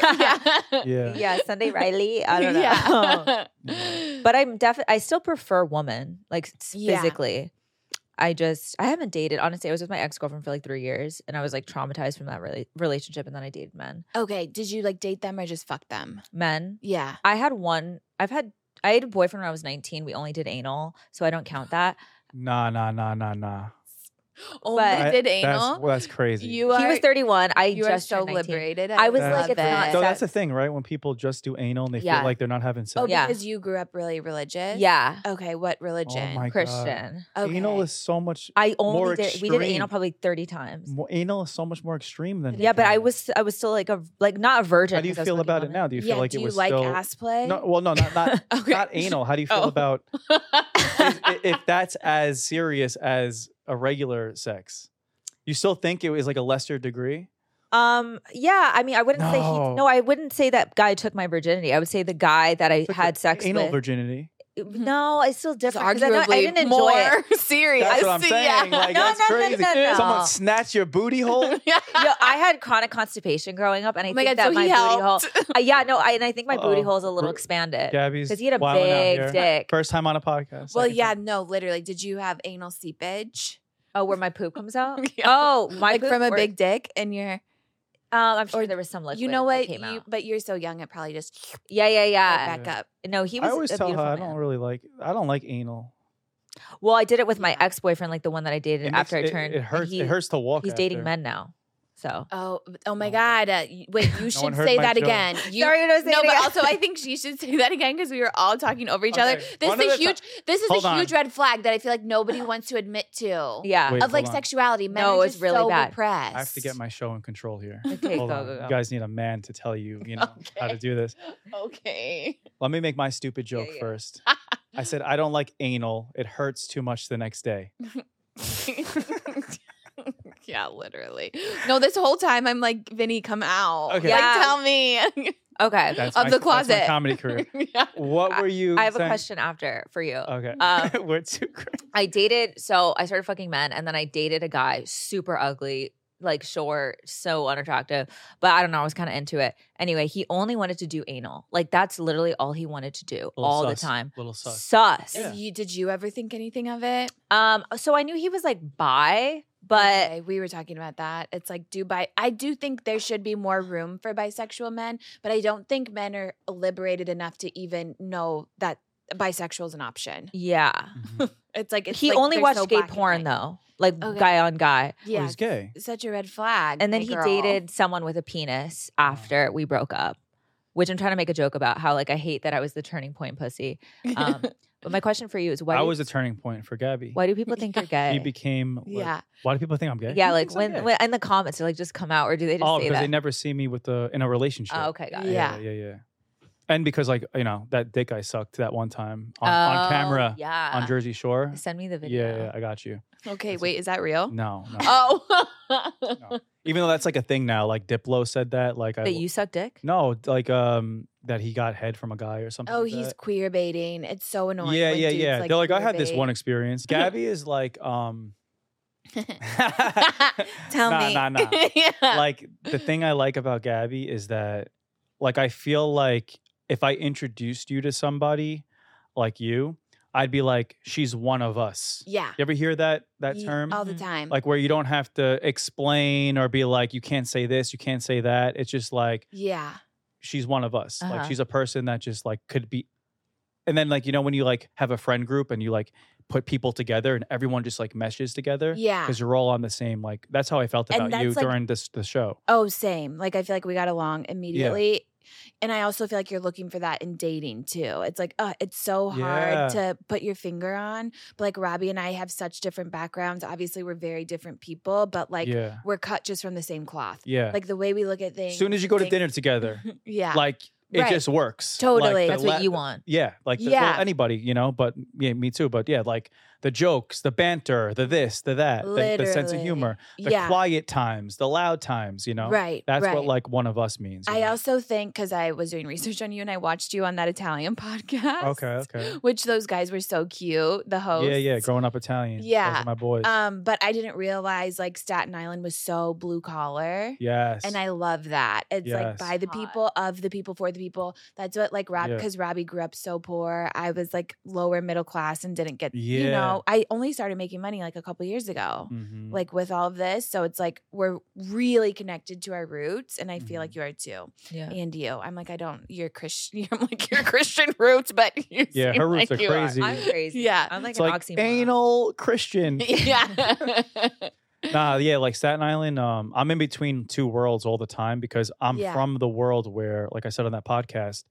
Speaker 1: Yeah.
Speaker 2: yeah
Speaker 3: yeah. Sunday Riley. I don't know.
Speaker 2: Yeah.
Speaker 3: but I'm definitely I still prefer woman, like s-
Speaker 1: Yeah.
Speaker 3: physically. I just I haven't dated. Honestly, I was with my ex girlfriend for like three years, and I was like traumatized from that rela- relationship, and then I dated men.
Speaker 1: okay. Did you like date them or just fuck them?
Speaker 3: Men.
Speaker 1: Yeah.
Speaker 3: I had one. I've had. I had a boyfriend when I was 19. We only did anal, so I don't count that.
Speaker 2: nah nah nah nah nah
Speaker 1: Only
Speaker 3: I-
Speaker 1: did
Speaker 2: that's
Speaker 1: anal.
Speaker 2: well, that's crazy
Speaker 1: you are,
Speaker 3: he was 31. I
Speaker 1: you are
Speaker 3: just
Speaker 1: so
Speaker 3: turned 19.
Speaker 1: liberated.
Speaker 3: I was
Speaker 2: like,
Speaker 1: love
Speaker 3: it's not
Speaker 1: it.
Speaker 2: so that's the thing right when people just do anal and they
Speaker 3: Yeah.
Speaker 2: feel like they're not having sex
Speaker 1: Oh,
Speaker 3: Yeah.
Speaker 1: because you grew up really religious.
Speaker 3: Yeah,
Speaker 1: Okay, what religion?
Speaker 2: Oh my- God.
Speaker 3: Christian.
Speaker 1: okay.
Speaker 2: anal is so much
Speaker 3: I only
Speaker 2: More
Speaker 3: did. We did
Speaker 2: extreme.
Speaker 3: anal probably 30 times.
Speaker 2: more, anal is so much more extreme than
Speaker 3: Yeah, but I
Speaker 2: vagina.
Speaker 3: was I was still like a like not a virgin.
Speaker 2: how do you
Speaker 3: 'cause I was
Speaker 2: feel
Speaker 3: fucking
Speaker 2: about it
Speaker 3: women.
Speaker 2: now do you
Speaker 1: yeah,
Speaker 2: feel like
Speaker 1: do
Speaker 2: it
Speaker 1: you
Speaker 2: was
Speaker 1: like
Speaker 2: still
Speaker 1: ass play?
Speaker 2: no, well no not not,
Speaker 1: okay.
Speaker 2: not anal how do you feel
Speaker 1: Oh.
Speaker 2: about is- i- if that's as serious as a regular sex, you still think it was like a lesser degree?
Speaker 3: Um. Yeah. I mean, I wouldn't say he.
Speaker 2: No.
Speaker 3: No, I wouldn't say that guy took my virginity. I would say the guy that I
Speaker 2: Took
Speaker 3: had
Speaker 2: the
Speaker 3: sex
Speaker 2: anal
Speaker 3: with.
Speaker 2: virginity.
Speaker 3: No, it's still
Speaker 1: It's
Speaker 3: different. 'cause I, know- I
Speaker 1: Mm-hmm. arguably
Speaker 3: didn't enjoy
Speaker 1: more
Speaker 3: it.
Speaker 1: serious.
Speaker 2: That's what I'm
Speaker 1: yeah.
Speaker 2: saying. Like
Speaker 3: No,
Speaker 2: that's
Speaker 3: no, no,
Speaker 2: crazy.
Speaker 3: no, no.
Speaker 2: Someone snatch your booty hole.
Speaker 1: yeah.
Speaker 3: Yo, I had chronic constipation growing up, and I
Speaker 1: Oh my god,
Speaker 3: think that
Speaker 1: so
Speaker 3: my
Speaker 1: he
Speaker 3: booty hole.
Speaker 1: helped.
Speaker 3: Uh, yeah, no, I, and I think my booty
Speaker 2: Uh-oh.
Speaker 3: hole is a little
Speaker 2: Bru-
Speaker 3: expected
Speaker 2: Gabby's
Speaker 3: because he had a
Speaker 2: wilding out here.
Speaker 3: big dick.
Speaker 2: First time on a podcast.
Speaker 1: Well,
Speaker 2: second
Speaker 1: yeah,
Speaker 2: time.
Speaker 1: no, literally. Did you have anal seepage?
Speaker 3: Oh, where my poop comes out.
Speaker 1: Yeah.
Speaker 3: Oh, my
Speaker 1: like
Speaker 3: poop
Speaker 1: from a
Speaker 3: or-
Speaker 1: big dick and you're
Speaker 3: Um, I'm sure
Speaker 1: or
Speaker 3: there was some liquid.
Speaker 1: you know
Speaker 3: that
Speaker 1: what?
Speaker 3: Came
Speaker 1: You,
Speaker 3: out.
Speaker 1: but you're so young it probably just
Speaker 3: Yeah, yeah,
Speaker 1: right
Speaker 3: yeah.
Speaker 1: back
Speaker 2: Yeah.
Speaker 1: up.
Speaker 3: No, he was.
Speaker 2: I always
Speaker 3: a
Speaker 2: tell her
Speaker 3: beautiful
Speaker 2: I
Speaker 3: man.
Speaker 2: don't really like. I don't like anal.
Speaker 3: Well, I did it with my
Speaker 1: Yeah.
Speaker 3: ex boyfriend, like the one that I dated
Speaker 2: It
Speaker 3: after
Speaker 2: makes-
Speaker 3: I turned.
Speaker 2: It, it
Speaker 3: and
Speaker 2: hurts.
Speaker 3: he-
Speaker 2: it hurts to walk.
Speaker 3: He's dating
Speaker 2: after.
Speaker 3: men now, so.
Speaker 1: Oh, oh my
Speaker 2: Oh.
Speaker 1: god. Uh, y- wait, you
Speaker 2: one
Speaker 1: should
Speaker 2: heard
Speaker 1: say
Speaker 2: my
Speaker 1: that
Speaker 2: joke.
Speaker 1: again. You
Speaker 3: Sorry, what I was saying
Speaker 1: No, but
Speaker 3: again.
Speaker 1: also I think she should say that again because we were all talking over each other.
Speaker 2: Okay,
Speaker 1: This
Speaker 2: one
Speaker 1: is
Speaker 2: at
Speaker 1: a
Speaker 2: a ti-
Speaker 1: huge this is
Speaker 2: Hold
Speaker 1: a
Speaker 2: on.
Speaker 1: huge red flag that I feel like nobody wants to admit to.
Speaker 3: Yeah.
Speaker 2: Wait,
Speaker 1: Of like
Speaker 2: hold on.
Speaker 1: sexuality. Men
Speaker 3: No,
Speaker 1: are
Speaker 3: it's
Speaker 1: just
Speaker 3: really
Speaker 1: so
Speaker 3: bad.
Speaker 1: repressed.
Speaker 2: I have to get my show in control here.
Speaker 3: Okay,
Speaker 2: Hold
Speaker 3: go,
Speaker 2: on.
Speaker 3: go, go.
Speaker 2: You guys need a man to tell you, you know, how to
Speaker 1: Okay.
Speaker 2: do this.
Speaker 1: Okay.
Speaker 2: Let me make my stupid
Speaker 3: Yeah,
Speaker 2: joke
Speaker 3: yeah.
Speaker 2: first. I said I don't like anal. It hurts too much the next day.
Speaker 1: yeah, literally. No, this whole time I'm like, Vinny, come out.
Speaker 2: Okay.
Speaker 3: Yeah.
Speaker 1: Like, tell me.
Speaker 3: okay.
Speaker 2: That's
Speaker 1: Of
Speaker 2: my,
Speaker 1: the
Speaker 2: That's
Speaker 1: closet.
Speaker 2: my comedy career.
Speaker 1: yeah.
Speaker 2: What were you?
Speaker 3: I have a
Speaker 2: saying?
Speaker 3: question after for you.
Speaker 2: Uh, Okay.
Speaker 3: Um,
Speaker 2: we're too crazy.
Speaker 3: I dated, so I started fucking men, and then I dated a guy, super ugly, like short, so unattractive. But I don't know, I was kind of into it. Anyway, he only wanted to do anal. Like that's literally all he wanted to do all the time.
Speaker 2: Little
Speaker 3: Sus.
Speaker 2: sus.
Speaker 1: Did
Speaker 2: Yeah.
Speaker 1: You, did you ever think anything of it?
Speaker 3: Um, so I knew he was like bi, but
Speaker 1: Okay, we were talking about that. It's like do bi. I do think there should be more room for bisexual men, but I don't think men are liberated enough to even know that bisexual is an option.
Speaker 3: yeah.
Speaker 2: Mhm.
Speaker 1: It's like it's
Speaker 3: he
Speaker 1: like
Speaker 3: only
Speaker 1: there's
Speaker 3: watched
Speaker 1: no
Speaker 3: gay
Speaker 1: black and
Speaker 3: porn
Speaker 1: white.
Speaker 3: though, like
Speaker 1: Okay.
Speaker 3: guy on guy.
Speaker 2: Oh,
Speaker 1: Yeah,
Speaker 2: he's gay.
Speaker 1: such a red flag.
Speaker 3: And then
Speaker 1: my
Speaker 3: he
Speaker 1: girl.
Speaker 3: dated someone with a penis after we broke up, which I'm trying to make a joke about how like I hate that I was the turning point pussy. Um, but my question for you is why
Speaker 2: I
Speaker 3: do,
Speaker 2: was a turning point for Gabby.
Speaker 3: why do people think you're gay?
Speaker 2: He became. what-
Speaker 1: yeah,
Speaker 2: Why do people think I'm gay?
Speaker 3: yeah,
Speaker 2: Who
Speaker 3: like
Speaker 2: thinks I'm gay?
Speaker 3: when, when in the comments they're like just come out or do they just
Speaker 2: oh,
Speaker 3: say
Speaker 2: because
Speaker 3: that?
Speaker 2: they never see me with the in a relationship.
Speaker 3: oh, okay, got it.
Speaker 1: Yeah.
Speaker 2: yeah, yeah, yeah. And because like you know that dick I sucked that one time on, on camera
Speaker 3: Oh, Yeah.
Speaker 2: on Jersey Shore.
Speaker 3: Send me the
Speaker 2: Yeah,
Speaker 3: video.
Speaker 2: yeah, yeah, I got you.
Speaker 1: Okay,
Speaker 2: That's a-
Speaker 1: wait, is that real?
Speaker 2: No, no.
Speaker 1: Oh,
Speaker 2: Even though that's like a thing now. Like Diplo said that. Like I
Speaker 3: That you suck dick?
Speaker 2: no, like um that he got head from a guy or something.
Speaker 1: oh,
Speaker 2: like
Speaker 1: he's
Speaker 2: that.
Speaker 1: queer baiting. It's so annoying.
Speaker 2: yeah,
Speaker 1: when
Speaker 2: yeah,
Speaker 1: dudes,
Speaker 2: yeah. They're like, I
Speaker 1: queer
Speaker 2: had this one
Speaker 1: bait.
Speaker 2: experience. Gabby is like, um,
Speaker 1: Tell
Speaker 2: nah,
Speaker 1: me.
Speaker 2: nah, nah.
Speaker 1: yeah.
Speaker 2: like the thing I like about Gabby is that like I feel like if I introduced you to somebody like you, I'd be like, she's one of us.
Speaker 1: yeah,
Speaker 2: You ever hear that that
Speaker 1: Ye-
Speaker 2: term? Mm.
Speaker 1: all the
Speaker 3: Mhm.
Speaker 1: time.
Speaker 2: Like where you don't have to explain or be like, you can't say this, you can't say that. It's just like
Speaker 1: yeah,
Speaker 2: she's one of us. Like
Speaker 3: Uh-huh.
Speaker 2: she's a person that just like could be and then like you know when you like have a friend group and you like put people together and everyone just like meshes together
Speaker 1: yeah.
Speaker 2: because you're all on the same like that's how I felt
Speaker 1: And
Speaker 2: about you
Speaker 1: that's, like-
Speaker 2: during this the show.
Speaker 1: Oh, same. Like I feel like we got along immediately. And I also feel like you're looking for that in dating too. It's like, uh, it's so hard
Speaker 2: Yeah.
Speaker 1: to put your finger on. But like Robbie and I have such different backgrounds. Obviously, we're very different people, but like
Speaker 2: yeah.
Speaker 1: we're cut just from the same cloth.
Speaker 2: Yeah.
Speaker 1: Like the way we look at things.
Speaker 2: as soon as you go to
Speaker 1: think-
Speaker 2: dinner together,
Speaker 1: yeah.
Speaker 2: like it
Speaker 1: Right.
Speaker 2: just works. Like,
Speaker 1: Totally.
Speaker 2: the
Speaker 3: That's
Speaker 2: la-
Speaker 3: what you want.
Speaker 2: Yeah, like the,
Speaker 1: Yeah.
Speaker 2: Well, anybody, you know, but yeah, me too. But yeah, like the jokes, the banter, the this, the that, the, the sense of
Speaker 1: Literally.
Speaker 2: humor, the
Speaker 1: yeah.
Speaker 2: quiet times, the loud times, you know.
Speaker 1: right.
Speaker 2: That's
Speaker 1: right.
Speaker 2: what like one of us means. you
Speaker 1: I
Speaker 2: know?
Speaker 1: also think because I was doing research on you and I watched you on that Italian podcast.
Speaker 2: Okay, okay.
Speaker 1: Which those guys were so cute, the hosts.
Speaker 2: Yeah, yeah. Growing up Italian. Those are
Speaker 1: Yeah.
Speaker 2: my boys.
Speaker 1: Um, but I didn't realize like Staten Island was so blue collar.
Speaker 2: yes.
Speaker 1: And I love that. It's like
Speaker 2: Yes.
Speaker 1: by the
Speaker 3: Hot.
Speaker 1: people, of the people, for the people. That's what like Rob,
Speaker 2: Yeah.
Speaker 1: because Robbie grew up so poor. I was like lower middle class and didn't get, you
Speaker 2: Yeah.
Speaker 1: know, I only started making money like a couple years ago,
Speaker 2: Mhm.
Speaker 1: like with all of this. So it's like we're really connected to our roots. And I feel
Speaker 2: Mhm.
Speaker 1: like you are too.
Speaker 3: Yeah.
Speaker 1: And you. I'm like, I don't, you're Christian. I'm like, you're Christian roots, but you
Speaker 2: Yeah,
Speaker 1: seem
Speaker 2: her roots
Speaker 1: like
Speaker 2: are
Speaker 1: you
Speaker 2: crazy.
Speaker 3: I'm crazy.
Speaker 1: Yeah.
Speaker 3: I'm like
Speaker 2: it's
Speaker 3: an
Speaker 2: like
Speaker 3: oxymoron.
Speaker 2: anal Christian.
Speaker 1: Yeah.
Speaker 2: nah, yeah, like Staten Island. Um, I'm in between two worlds all the time because I'm
Speaker 1: Yeah.
Speaker 2: from the world where, like I said on that podcast,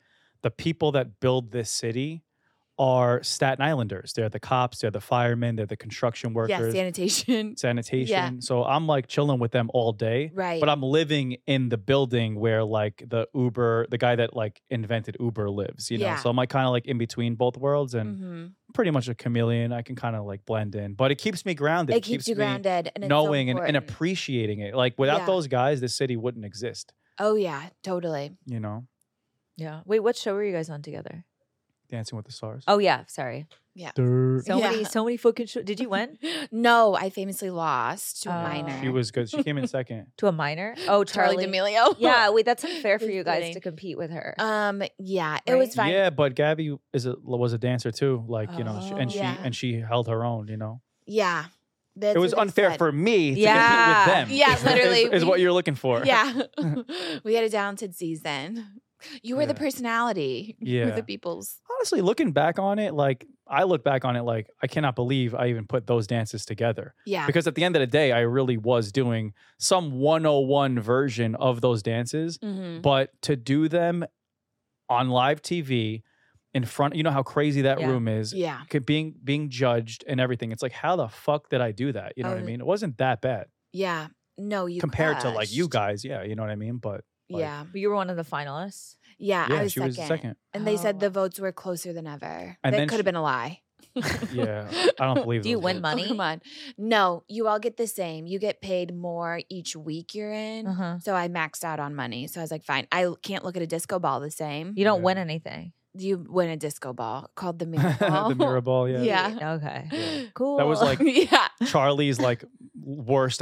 Speaker 2: the people that build this city are Staten Islanders. They're the cops, they're the firemen, they're the construction
Speaker 1: yeah.
Speaker 2: workers,
Speaker 1: Sanitation.
Speaker 2: sanitation. So I'm like chilling with them all day.
Speaker 1: Right.
Speaker 2: But I'm living in the building where like the Uber, the guy that like invented Uber lives, you know.
Speaker 1: Yeah.
Speaker 2: So I'm like kind of like in between both worlds and
Speaker 1: Mhm.
Speaker 2: pretty much a chameleon. I can kind of like blend in, but it keeps me grounded.
Speaker 1: It keeps you
Speaker 2: me-
Speaker 1: grounded and it's so
Speaker 2: knowing and, and
Speaker 1: important.
Speaker 2: appreciating it. Like without
Speaker 1: Yeah.
Speaker 2: those guys, this city wouldn't exist.
Speaker 1: oh yeah, totally.
Speaker 2: You know,
Speaker 3: Yeah. Wait, what show were you guys on together?
Speaker 2: Dancing with the Stars.
Speaker 3: Oh yeah, sorry.
Speaker 2: Dirt.
Speaker 3: So many,
Speaker 1: Yeah.
Speaker 3: so many fucking. Sh- Did you win
Speaker 1: No, I famously lost to a
Speaker 3: Oh.
Speaker 1: minor.
Speaker 2: She was good. She came in second.
Speaker 3: to a minor? Oh,
Speaker 1: Charlie,
Speaker 3: Charlie.
Speaker 1: D'Amelio.
Speaker 3: yeah, wait, that's unfair for
Speaker 1: Who's
Speaker 3: you guys
Speaker 1: kidding?
Speaker 3: to compete with her.
Speaker 1: Um. Yeah, it was
Speaker 3: Right?
Speaker 1: fine.
Speaker 2: Yeah, but Gabby is a was a dancer too. Like you know, she- and she
Speaker 1: Oh, Yeah.
Speaker 2: and she held her own. You know,
Speaker 1: Yeah. That's
Speaker 2: it was
Speaker 1: what they
Speaker 2: unfair
Speaker 1: said.
Speaker 2: for me to
Speaker 3: Yeah.
Speaker 2: compete with them.
Speaker 1: Yeah,
Speaker 2: is-
Speaker 1: literally,
Speaker 2: is, is
Speaker 1: we-
Speaker 2: what you're looking for.
Speaker 1: Yeah. we had a talented season. You were the
Speaker 2: Yeah.
Speaker 1: personality. You were
Speaker 2: Yeah.
Speaker 1: the people's.
Speaker 2: Honestly, looking back on it, like I look back on it, like I cannot believe I even put those dances together.
Speaker 1: Yeah.
Speaker 2: Because at the end of the day, I really was doing some 101 version of those dances,
Speaker 1: Mhm.
Speaker 2: but to do them on live TV in front, you know how crazy that
Speaker 3: Yeah.
Speaker 2: room is.
Speaker 1: Yeah.
Speaker 2: could- being being judged and everything. It's like how the fuck did I do that? You know what I
Speaker 1: Oh,
Speaker 2: mean? It wasn't that bad
Speaker 1: Yeah. No, you
Speaker 2: compared to like you
Speaker 1: crushed.
Speaker 2: guys. Yeah, you know what I mean. But like,
Speaker 1: yeah.
Speaker 3: But you were one of the finalists.
Speaker 1: Yeah.
Speaker 2: yeah,
Speaker 1: I was
Speaker 2: she
Speaker 1: second.
Speaker 2: was second.
Speaker 1: And they
Speaker 3: Oh.
Speaker 1: said the votes were closer than ever.
Speaker 2: And then
Speaker 1: that could
Speaker 2: she-
Speaker 1: have been a lie.
Speaker 2: Yeah, I don't believe.
Speaker 3: Do you
Speaker 2: those
Speaker 3: win
Speaker 2: were-
Speaker 3: money?
Speaker 1: Oh, come on. No, you all get the same. You get paid more each week you're in.
Speaker 3: Uh-huh.
Speaker 1: So I maxed out on money. So I was like, fine, I can't look at a disco ball the same.
Speaker 3: You don't
Speaker 2: Yeah.
Speaker 3: win anything.
Speaker 1: You win a disco ball called the mirror ball.
Speaker 2: the mirror ball. Yeah.
Speaker 1: Yeah.
Speaker 3: Okay.
Speaker 2: Yeah.
Speaker 3: Cool.
Speaker 2: That was like
Speaker 1: yeah.
Speaker 2: Charlie's like worst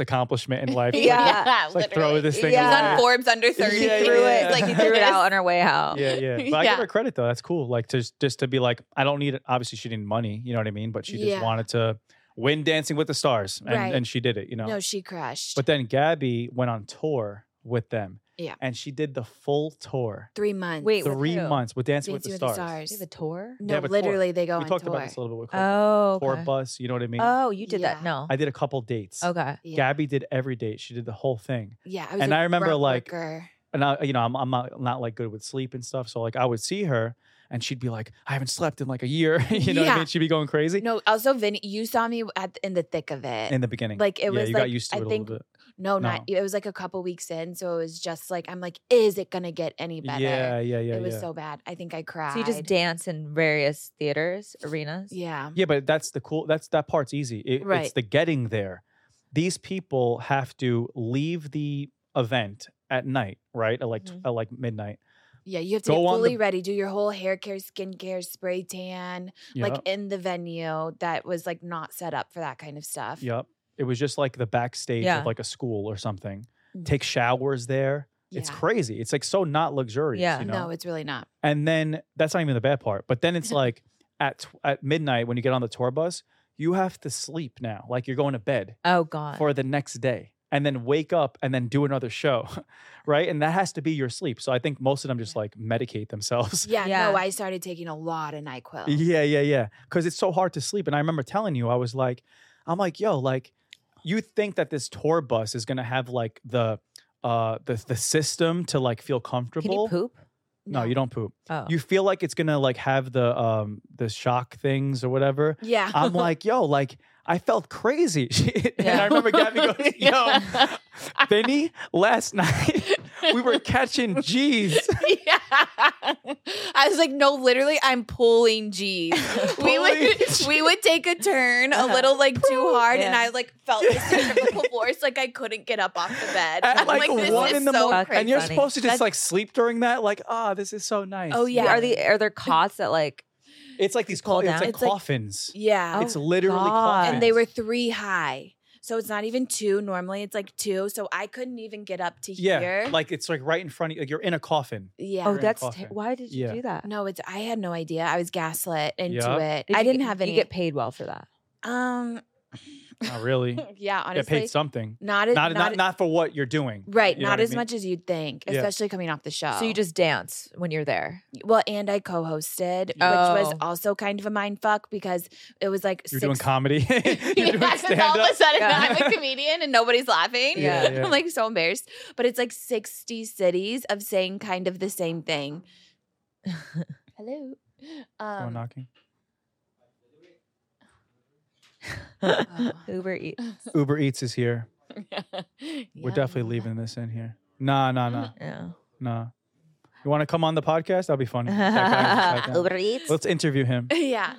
Speaker 2: accomplishment in life. It's like-
Speaker 3: Yeah.
Speaker 2: it's like throw
Speaker 1: literally.
Speaker 2: this thing
Speaker 1: He was
Speaker 3: Yeah.
Speaker 1: on
Speaker 2: away.
Speaker 1: Forbes under 30.
Speaker 2: Yeah,
Speaker 1: He
Speaker 3: threw
Speaker 1: threw
Speaker 2: yeah,
Speaker 1: it.
Speaker 3: it.
Speaker 2: yeah.
Speaker 1: Like,
Speaker 3: Like
Speaker 1: he
Speaker 3: you threw it out
Speaker 1: out.
Speaker 3: on our way out.
Speaker 2: Yeah, yeah. But I
Speaker 1: Yeah.
Speaker 2: give her credit though. That's cool. Like to just to be like, I don't need. Obviously, she didn't money. You know what I mean. But she just
Speaker 1: Yeah.
Speaker 2: wanted to win Dancing with the Stars, and,
Speaker 1: Right.
Speaker 2: and she did it. You know.
Speaker 1: No, she crushed.
Speaker 2: But then Gabby went on tour with them.
Speaker 1: Yeah.
Speaker 2: And she did the full tour.
Speaker 1: Three months.
Speaker 3: Wait, with
Speaker 2: three
Speaker 3: who?
Speaker 2: months with Dancing,
Speaker 1: Dancing
Speaker 2: with the Stars.
Speaker 3: You have a tour?
Speaker 2: have
Speaker 1: No,
Speaker 2: a tour.
Speaker 1: literally, they go Oh,
Speaker 2: We
Speaker 1: on
Speaker 2: talked
Speaker 1: tour.
Speaker 2: about this a little bit. with Coco.
Speaker 3: Oh.
Speaker 2: Tour
Speaker 3: okay.
Speaker 2: bus, you know what I mean?
Speaker 3: Oh, you did that.
Speaker 1: Yeah.
Speaker 3: No.
Speaker 2: I did a couple dates.
Speaker 3: Okay.
Speaker 1: Oh, Yeah.
Speaker 2: Gabby did every date. She did the whole thing.
Speaker 1: Yeah. I was
Speaker 2: and
Speaker 1: a
Speaker 2: I remember,
Speaker 1: grunt
Speaker 2: like,
Speaker 1: worker.
Speaker 2: And I, you know, I'm, I'm not, not like good with sleep and stuff. So like I would see her and she'd be like, I haven't slept in like a year. you know what I
Speaker 1: Yeah.
Speaker 2: mean? She'd be going crazy
Speaker 1: No, also, Vinny, you saw me at in the thick of it.
Speaker 2: in the beginning.
Speaker 1: like, it
Speaker 2: yeah,
Speaker 1: was
Speaker 2: you
Speaker 1: like,
Speaker 2: got used to
Speaker 1: I
Speaker 2: it a
Speaker 1: think
Speaker 2: little bit.
Speaker 1: No, not
Speaker 2: No.
Speaker 1: it was like a couple weeks in, so it was just like I'm like, is it gonna get any better?
Speaker 2: Yeah, yeah, yeah,
Speaker 1: it was
Speaker 2: yeah.
Speaker 1: so bad. I think I cried.
Speaker 3: So you just dance in various theaters, arenas.
Speaker 1: yeah,
Speaker 2: Yeah, but that's the cool. That's that part's easy. It, It's
Speaker 1: Right.
Speaker 2: the getting there. These people have to leave the event at night, right? At like tw-
Speaker 3: Mhm.
Speaker 1: Mm-hmm.
Speaker 2: at like midnight.
Speaker 1: yeah. You have to
Speaker 2: Go
Speaker 1: get
Speaker 2: on the-
Speaker 1: fully ready, do your whole hair care, skincare, spray tan, like
Speaker 2: Yep,
Speaker 1: in the venue that was like not set up for that kind of stuff.
Speaker 2: yep. It was just like the backstage
Speaker 3: Yeah.
Speaker 2: of like a school or something.
Speaker 1: Mhm.
Speaker 2: Take showers there. It's
Speaker 1: Yeah.
Speaker 2: crazy. It's like so not luxurious.
Speaker 3: Yeah.
Speaker 2: you know?
Speaker 1: No, it's really not.
Speaker 2: And then that's not even the bad part. But then it's like at tw- at midnight when you get on the tour bus, you have to sleep now. Like you're going to bed.
Speaker 3: Oh God.
Speaker 2: for the next day and then wake up and then do another show right and that has to be your sleep so i think most of them just
Speaker 1: Yeah.
Speaker 2: like medicate themselves
Speaker 1: Yeah,
Speaker 3: Yeah.
Speaker 1: no, I started taking a lot of NyQuil.
Speaker 2: yeah yeah yeah because it's so hard to sleep and i remember telling you i was like i'm like yo like you think that this tour bus is gonna have like the uh the, the system to like feel
Speaker 3: Can you
Speaker 2: comfortable
Speaker 3: poop?
Speaker 2: no you don't poop
Speaker 3: Oh.
Speaker 2: you feel like it's gonna like have the um the shock things or whatever
Speaker 1: Yeah,
Speaker 2: I'm like, yo, like I felt crazy. and
Speaker 3: Yeah.
Speaker 2: I remember Gabby goes, yo,
Speaker 1: Yeah.
Speaker 2: Benny, last night we were catching G's.
Speaker 1: yeah. I was like, no, literally, I'm pulling G. we would
Speaker 2: Pulling G.
Speaker 1: we would take a turn a
Speaker 3: Uh-huh.
Speaker 1: little like too hard, and
Speaker 3: Yeah.
Speaker 1: I like felt this centrifugal force, like I couldn't get up off the bed.
Speaker 2: At,
Speaker 1: I'm
Speaker 2: like,
Speaker 1: this
Speaker 2: one
Speaker 1: is
Speaker 2: in the
Speaker 1: so
Speaker 2: morning.
Speaker 3: Fucking
Speaker 2: And you're
Speaker 3: funny.
Speaker 2: supposed to just
Speaker 3: That's-
Speaker 2: like sleep during that. Like, ah, this is so nice.
Speaker 1: Oh, yeah.
Speaker 3: Are the are there cots that like
Speaker 2: It's like these
Speaker 3: Pull
Speaker 2: coffins. It's
Speaker 3: down.
Speaker 2: like
Speaker 1: It's like-
Speaker 2: coffins.
Speaker 1: Yeah,
Speaker 2: it's literally
Speaker 3: God.
Speaker 2: coffins.
Speaker 1: and they were three high, so it's not even two. Normally, it's like two, so I couldn't even get up to
Speaker 2: yeah,
Speaker 1: here.
Speaker 2: like it's like right in front of you. Like you're in a coffin.
Speaker 1: yeah.
Speaker 3: Oh,
Speaker 2: Drink
Speaker 3: that's
Speaker 2: coffee.
Speaker 3: ter- why did you
Speaker 2: Yeah.
Speaker 3: do that?
Speaker 1: no, it's I had no idea. I was gaslit into
Speaker 2: Yup.
Speaker 1: it.
Speaker 3: Did
Speaker 1: I
Speaker 3: you
Speaker 1: didn't
Speaker 3: get-
Speaker 1: have
Speaker 3: you
Speaker 1: any.
Speaker 3: get paid well for that.
Speaker 1: um,
Speaker 2: Not really.
Speaker 1: yeah,
Speaker 2: Get
Speaker 1: honestly,
Speaker 2: paid something.
Speaker 1: not as
Speaker 2: Not, not,
Speaker 1: as-
Speaker 2: not for what you're doing.
Speaker 1: Right,
Speaker 2: You know
Speaker 1: not
Speaker 2: what I
Speaker 1: as
Speaker 2: mean?
Speaker 1: much as you'd think,
Speaker 2: Yeah.
Speaker 1: especially coming off the show.
Speaker 3: So you just dance when you're there.
Speaker 1: well, and I co-hosted, which was
Speaker 3: Oh.
Speaker 1: also kind of a mind fuck because it was like
Speaker 2: You're
Speaker 1: six-
Speaker 2: doing comedy. you're doing
Speaker 1: Yeah, 'cause all of
Speaker 2: stand-up.
Speaker 1: a sudden
Speaker 3: Yeah.
Speaker 1: I'm a comedian and nobody's laughing.
Speaker 3: Yeah,
Speaker 2: Yeah, yeah.
Speaker 1: I'm like so embarrassed. But it's like 60 cities of saying kind of the same thing. Hello.
Speaker 2: Someone
Speaker 1: Um,
Speaker 2: knocking.
Speaker 3: Uber E- Eats.
Speaker 1: oh.
Speaker 2: Uber Eats is here. We're
Speaker 1: yeah.
Speaker 2: definitely leaving this in here. Nah, nah, nah,
Speaker 3: Yeah.
Speaker 2: nah. You want to come on the podcast? That'll be funny. That guy just sat down.
Speaker 3: Uber Eats.
Speaker 2: Let's interview him.
Speaker 1: Yeah.